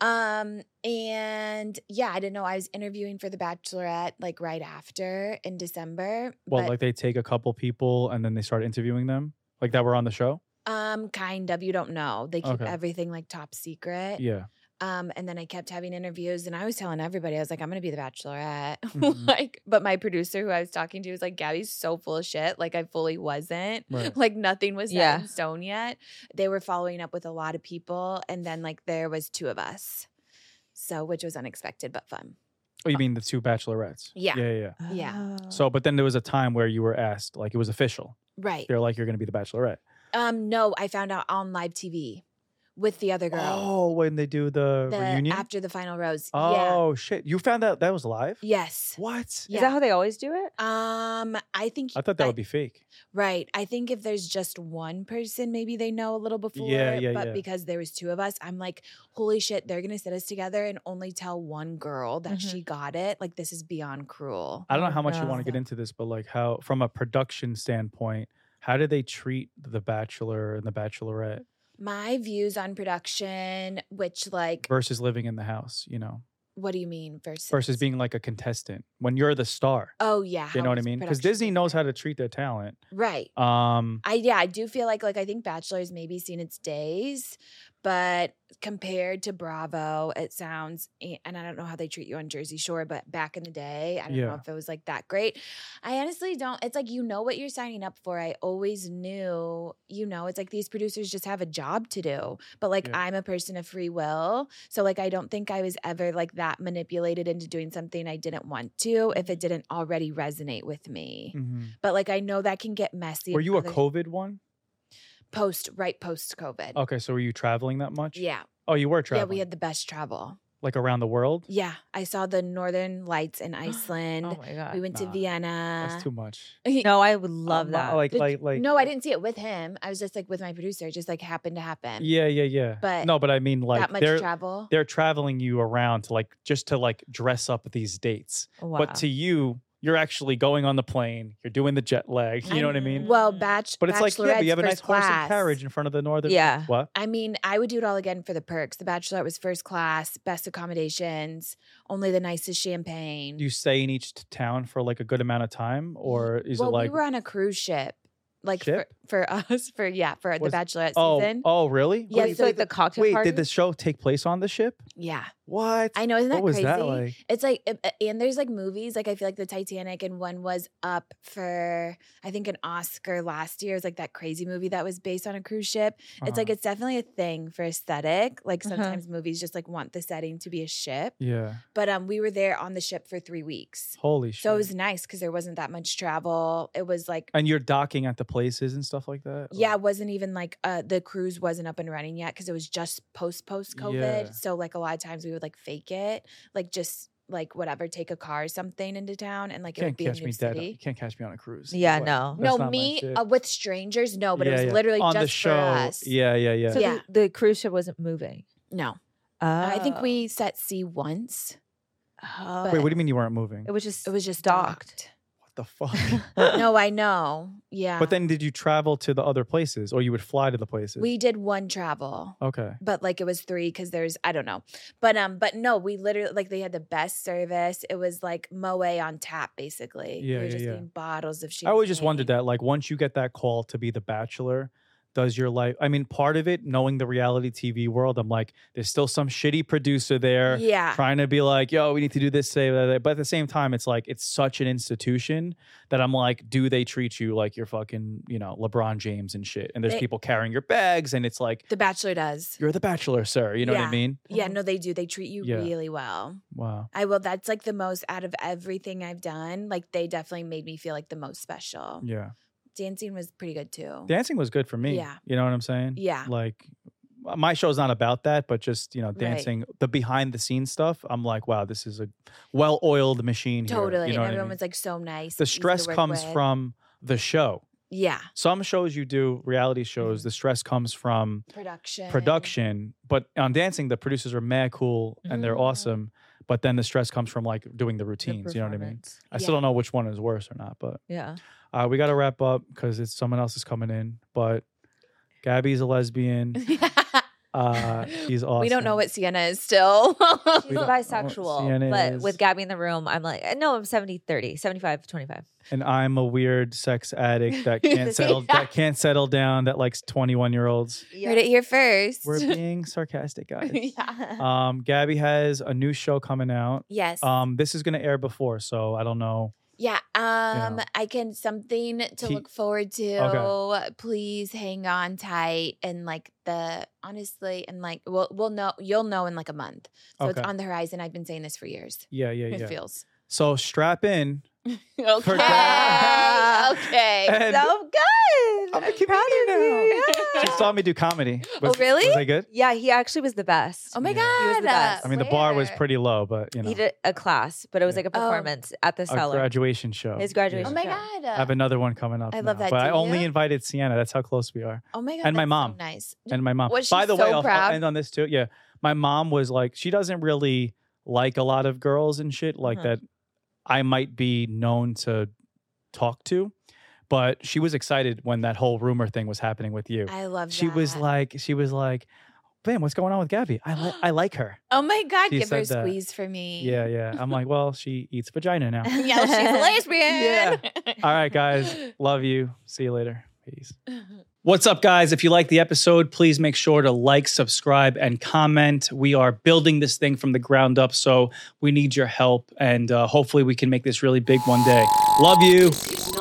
Speaker 1: Um, and yeah, I didn't know I was interviewing for The Bachelorette like right after in December.
Speaker 2: Well,
Speaker 1: but,
Speaker 2: like they take a couple people and then they start interviewing them, like that were on the show.
Speaker 1: um, kind of. You don't know. They keep
Speaker 2: Okay.
Speaker 1: everything like top secret.
Speaker 2: Yeah,
Speaker 1: Um, and then I kept having interviews, and I was telling everybody, I was like, I'm gonna be the Bachelorette.
Speaker 2: Mhm.
Speaker 1: like, but my producer who I was talking to was like, Gabby's so full of shit. Like, I fully wasn't.
Speaker 2: right.
Speaker 1: like nothing was set
Speaker 3: Yeah.
Speaker 1: in stone yet. They were following up with a lot of people, and then like there was two of us, so which was unexpected but fun.
Speaker 2: Oh, you mean the two bachelorettes?
Speaker 1: Uh, Yeah. Uh,
Speaker 2: yeah, yeah.
Speaker 1: Yeah.
Speaker 3: Oh.
Speaker 2: So, but then there was a time where you were asked, like it was official.
Speaker 1: Right.
Speaker 2: They're like, you're going to be the bachelorette.
Speaker 1: Um. No, I found out on live TV with the other girl.
Speaker 2: Oh, when they do the,
Speaker 1: the
Speaker 2: reunion.
Speaker 1: after the final rose. Yeah.
Speaker 2: oh shit! You found out that was live.
Speaker 1: Yes.
Speaker 2: What?
Speaker 1: Yeah.
Speaker 3: Is that how they always do it?
Speaker 1: um, I think
Speaker 2: I thought that would be fake.
Speaker 1: right. I think if there's just one person, maybe they know a little before.
Speaker 2: yeah,
Speaker 1: but
Speaker 2: yeah.
Speaker 1: because there was two of us, I'm like, holy shit, they're gonna sit us together and only tell one girl that
Speaker 3: Mhm.
Speaker 1: she got it. Like this is beyond cruel.
Speaker 2: I don't know
Speaker 3: Oh,
Speaker 2: how much you want
Speaker 1: no.
Speaker 2: to get into this, but like how, from a production standpoint, how do they treat the Bachelor and the Bachelorette
Speaker 1: my views on production, which like,
Speaker 2: versus living in the house? You know,
Speaker 1: what do you mean versus
Speaker 2: versus being like a contestant when you're the star.
Speaker 1: Oh yeah,
Speaker 2: you
Speaker 1: how
Speaker 2: know what I
Speaker 1: is
Speaker 2: mean? Because
Speaker 1: production
Speaker 2: Disney knows how
Speaker 1: different?
Speaker 2: to treat their talent.
Speaker 1: right.
Speaker 2: Um,
Speaker 1: I yeah, I do feel like like I think Bachelor's maybe seen its days, but compared to Bravo, it sounds a- and I don't know how they treat you on Jersey Shore, but back in the day, I don't know
Speaker 2: Yeah.
Speaker 1: if it was like that great. I honestly don't. It's like you know what you're signing up for. I always knew, you know, it's like these producers just have a job to do. But like
Speaker 2: Yeah.
Speaker 1: I'm a person of free will, so like I don't think I was ever like that manipulated into doing something I didn't want to if it didn't already resonate with me.
Speaker 2: mhm.
Speaker 1: But like I know that can get messy.
Speaker 2: were
Speaker 1: if
Speaker 2: you a
Speaker 1: other-
Speaker 2: COVID one?
Speaker 1: post right post COVID.
Speaker 2: Okay, so were you traveling that much?
Speaker 1: Yeah,
Speaker 2: Oh, you
Speaker 1: yeah,
Speaker 2: were Oh, traveling.
Speaker 1: we had the best travel.
Speaker 2: like around the world?
Speaker 1: Yeah, I saw the northern lights in Iceland.
Speaker 3: Oh my god.
Speaker 1: we went to
Speaker 2: nah,
Speaker 1: Vienna.
Speaker 2: That's too much.
Speaker 3: no, I would love
Speaker 2: Um,
Speaker 3: that.
Speaker 2: Like
Speaker 1: Did-
Speaker 2: like like
Speaker 1: no, I didn't see it with him. I was just like with my producer. It just like happened to happen.
Speaker 2: Yeah, yeah, yeah.
Speaker 1: But
Speaker 2: no, but I mean like
Speaker 1: that much
Speaker 2: they're
Speaker 1: travel.
Speaker 2: they're traveling you around to like just to like dress up these dates.
Speaker 3: Oh, wow.
Speaker 2: But to you, you're actually going on the plane, you're doing the jet lag, you know what I
Speaker 3: I'm-
Speaker 2: mean?
Speaker 1: Well, batch.
Speaker 2: But it's like, yeah, but you have a nice
Speaker 1: class.
Speaker 2: horse and carriage in front of the northern
Speaker 3: yeah.
Speaker 2: what?
Speaker 1: I mean, I would do it all again for the perks. The Bachelorette was first class, best accommodations, only the nicest champagne.
Speaker 2: Do you stay in each t- town for like a good amount of time or is
Speaker 1: well,
Speaker 2: it like
Speaker 1: we were on a cruise ship, like
Speaker 2: Ship?
Speaker 1: For, for us, for yeah, for
Speaker 2: Was-
Speaker 1: the Bachelorette
Speaker 2: Oh,
Speaker 1: season.
Speaker 2: oh, really?
Speaker 1: Yeah,
Speaker 3: Wait,
Speaker 1: so
Speaker 3: so like the cocktail
Speaker 2: Wait,
Speaker 3: party.
Speaker 2: did the show take place on the ship?
Speaker 1: Yeah,
Speaker 2: What?
Speaker 1: I know. Isn't that
Speaker 2: what was
Speaker 1: crazy?
Speaker 2: that like?
Speaker 1: It's like, uh, uh, and there's like movies. Like I feel like the Titanic, and one was up for I think an Oscar last year. It was like that crazy movie that was based on a cruise ship. It's like
Speaker 2: Uh-huh.
Speaker 1: it's definitely a thing for aesthetic. Like
Speaker 3: Uh-huh.
Speaker 1: sometimes movies just like want the setting to be a ship.
Speaker 2: Uh-huh. yeah.
Speaker 1: But um, we were there on the ship for three weeks.
Speaker 2: Holy shit.
Speaker 1: So it was nice because there wasn't that much travel. It was like,
Speaker 2: and you're docking at the places and stuff like that?
Speaker 1: yeah,
Speaker 2: Or-
Speaker 1: it wasn't even like uh, the cruise wasn't up and running yet because it was just post post COVID.
Speaker 2: Yeah.
Speaker 1: So like a lot of times we would like fake it, like just like whatever, take a car or something into town and like it would
Speaker 2: can't
Speaker 1: be a
Speaker 2: catch
Speaker 1: new
Speaker 2: me dead. You
Speaker 1: city.
Speaker 2: can't catch me on a cruise.
Speaker 3: yeah,
Speaker 2: What?
Speaker 3: no.
Speaker 2: That's not
Speaker 1: no,
Speaker 2: my
Speaker 1: me
Speaker 2: shit.
Speaker 1: uh, with strangers, no, but
Speaker 2: Yeah,
Speaker 1: it was
Speaker 2: yeah.
Speaker 1: literally
Speaker 2: on
Speaker 1: just
Speaker 2: the show.
Speaker 1: for us.
Speaker 2: Yeah, yeah, yeah.
Speaker 3: So
Speaker 1: Yeah.
Speaker 3: The, the cruise ship wasn't moving.
Speaker 1: No,
Speaker 3: Oh.
Speaker 1: I
Speaker 2: Ah.
Speaker 1: think we set sea once.
Speaker 3: Oh.
Speaker 2: Wait, what do you mean you weren't moving?
Speaker 3: It was just.
Speaker 1: It was just docked.
Speaker 3: docked.
Speaker 2: what the fuck?
Speaker 1: no, I know. Yeah.
Speaker 2: But then did you travel to the other places or you would fly to the places?
Speaker 1: we did one travel,
Speaker 2: Okay.
Speaker 1: but like it was three because there's I don't know. But um, but no, we literally like they had the best service. It was like Moe on tap, basically. we
Speaker 2: Yeah,
Speaker 1: were
Speaker 2: yeah,
Speaker 1: just
Speaker 2: yeah.
Speaker 1: getting bottles of champagne.
Speaker 2: I always just wondered that like once you get that call to be the bachelor, does your life I mean part of it knowing the reality TV world, I'm like there's still some shitty producer there
Speaker 1: Yeah.
Speaker 2: trying to be like, yo, we need to do this, say that. But at the same time, it's like it's such an institution that I'm like, do they treat you like you're fucking, you know, LeBron James and shit? And there's
Speaker 1: They-
Speaker 2: people carrying your bags, and it's like,
Speaker 1: The Bachelor does.
Speaker 2: you're the bachelor, sir. You know what I
Speaker 1: Yeah.
Speaker 2: mean?
Speaker 1: Yeah,
Speaker 3: Mhm.
Speaker 1: no, they do. They treat you
Speaker 2: Uh-huh. Yeah.
Speaker 1: really well.
Speaker 2: Wow.
Speaker 1: I will. That's like the most out of everything I've done. Like they definitely made me feel like the most special.
Speaker 2: Yeah.
Speaker 1: Dancing was pretty good too.
Speaker 2: Dancing was good for me.
Speaker 1: Yeah.
Speaker 2: You know what I'm saying?
Speaker 1: yeah.
Speaker 2: Like my show's not about that, but just, you know,
Speaker 1: Right.
Speaker 2: dancing, the behind the scenes stuff, I'm like, wow, this is a well oiled machine. here. You
Speaker 1: Totally.
Speaker 2: know what
Speaker 1: and
Speaker 2: I
Speaker 1: everyone
Speaker 2: mean?
Speaker 1: was like so nice.
Speaker 2: the
Speaker 1: easy to
Speaker 2: stress
Speaker 1: work
Speaker 2: comes
Speaker 1: with.
Speaker 2: from the show.
Speaker 1: Yeah.
Speaker 2: Some shows you do, reality shows,
Speaker 1: Mm-hmm.
Speaker 2: the stress comes from
Speaker 1: Production.
Speaker 2: production, but on dancing, the producers are mad cool and they're
Speaker 1: Mm-hmm.
Speaker 3: Mhm.
Speaker 2: awesome. But then the stress comes from like doing the
Speaker 3: The
Speaker 2: routines. You know what I mean?
Speaker 3: performance.
Speaker 2: I still
Speaker 1: Yeah.
Speaker 2: don't know which one is worse or not, but
Speaker 3: Yeah.
Speaker 2: uh, we got to wrap up because it's someone else is coming in. But Gabby's a lesbian. Uh, she's awesome.
Speaker 1: We don't know what Sienna is still.
Speaker 3: She's
Speaker 2: We don't-
Speaker 3: bisexual,
Speaker 2: Sienna
Speaker 3: but
Speaker 2: is-
Speaker 3: with Gabby in the room, I'm like, uh, no, I'm 70, 30, 75, 25.
Speaker 2: And I'm a weird sex addict that can't settle that can't settle down. That likes 21 year olds.
Speaker 1: Heard it here 1st
Speaker 2: We're being sarcastic, guys.
Speaker 1: yeah.
Speaker 2: Um, Gabby has a new show coming out.
Speaker 1: Yes.
Speaker 2: Um, this is gonna air before, so I don't know.
Speaker 1: yeah. Um,
Speaker 2: yeah.
Speaker 1: I can something to
Speaker 2: T-
Speaker 1: look forward to.
Speaker 2: Okay.
Speaker 1: Please hang on tight and like the honestly and like we'll we'll know you'll know in like a month. So
Speaker 2: Okay.
Speaker 1: it's on the horizon. I've been saying this for years.
Speaker 2: Yeah, yeah,
Speaker 1: It
Speaker 2: yeah.
Speaker 1: feels
Speaker 2: So strap in.
Speaker 1: okay.
Speaker 2: Gabby.
Speaker 1: okay.
Speaker 2: And-
Speaker 3: so good.
Speaker 2: I'm a
Speaker 3: I'm
Speaker 2: comedian
Speaker 3: proud of you.
Speaker 1: now.
Speaker 2: She
Speaker 3: Yeah.
Speaker 2: saw me do comedy.
Speaker 1: Oh, really?
Speaker 2: Was that good?
Speaker 3: Yeah, he actually was the best.
Speaker 1: Oh my
Speaker 2: Yeah.
Speaker 3: He was
Speaker 1: god!
Speaker 3: the best.
Speaker 2: I mean, the bar was
Speaker 1: Where?
Speaker 2: pretty low, but you know,
Speaker 3: He did a class, but it was
Speaker 2: Yeah.
Speaker 3: like
Speaker 1: Oh.
Speaker 3: a performance at the
Speaker 2: a
Speaker 3: cellar.
Speaker 2: graduation show. Yeah.
Speaker 3: His
Speaker 1: Oh
Speaker 3: graduation
Speaker 1: my
Speaker 3: Yeah.
Speaker 1: god!
Speaker 2: I have another one coming up.
Speaker 1: I love
Speaker 2: now,
Speaker 1: that,
Speaker 2: But I
Speaker 1: do
Speaker 2: only
Speaker 1: you?
Speaker 2: invited Sienna. That's how close we are.
Speaker 1: oh my god!
Speaker 2: and my
Speaker 1: that's so
Speaker 2: mom.
Speaker 1: nice.
Speaker 2: And my mom.
Speaker 1: Was she
Speaker 2: By the
Speaker 1: so
Speaker 2: way, I'll- I'll
Speaker 1: proud?
Speaker 2: end on this too. Yeah, my mom was like, she doesn't really like a lot of girls and shit like
Speaker 1: Mm-hmm.
Speaker 3: Uh-huh.
Speaker 2: that. I might be known to talk to, but she was excited when that whole rumor thing was happening with you.
Speaker 1: I love.
Speaker 2: she was
Speaker 1: that.
Speaker 2: like, she was like, man, what's going on with Gabby? I like, I like her.
Speaker 1: "Oh my god,
Speaker 2: She
Speaker 1: give her a
Speaker 2: said that.
Speaker 1: squeeze for me."
Speaker 2: Yeah, yeah. I'm like, well, she eats vagina now.
Speaker 1: yeah, she's a lesbian.
Speaker 2: All right, guys. Love you. See you later. Peace. What's up, guys? If you like the episode, please make sure to like, subscribe, and comment. We are building this thing from the ground up, so we need your help, and uh, hopefully, we can make this really big one day. Love you.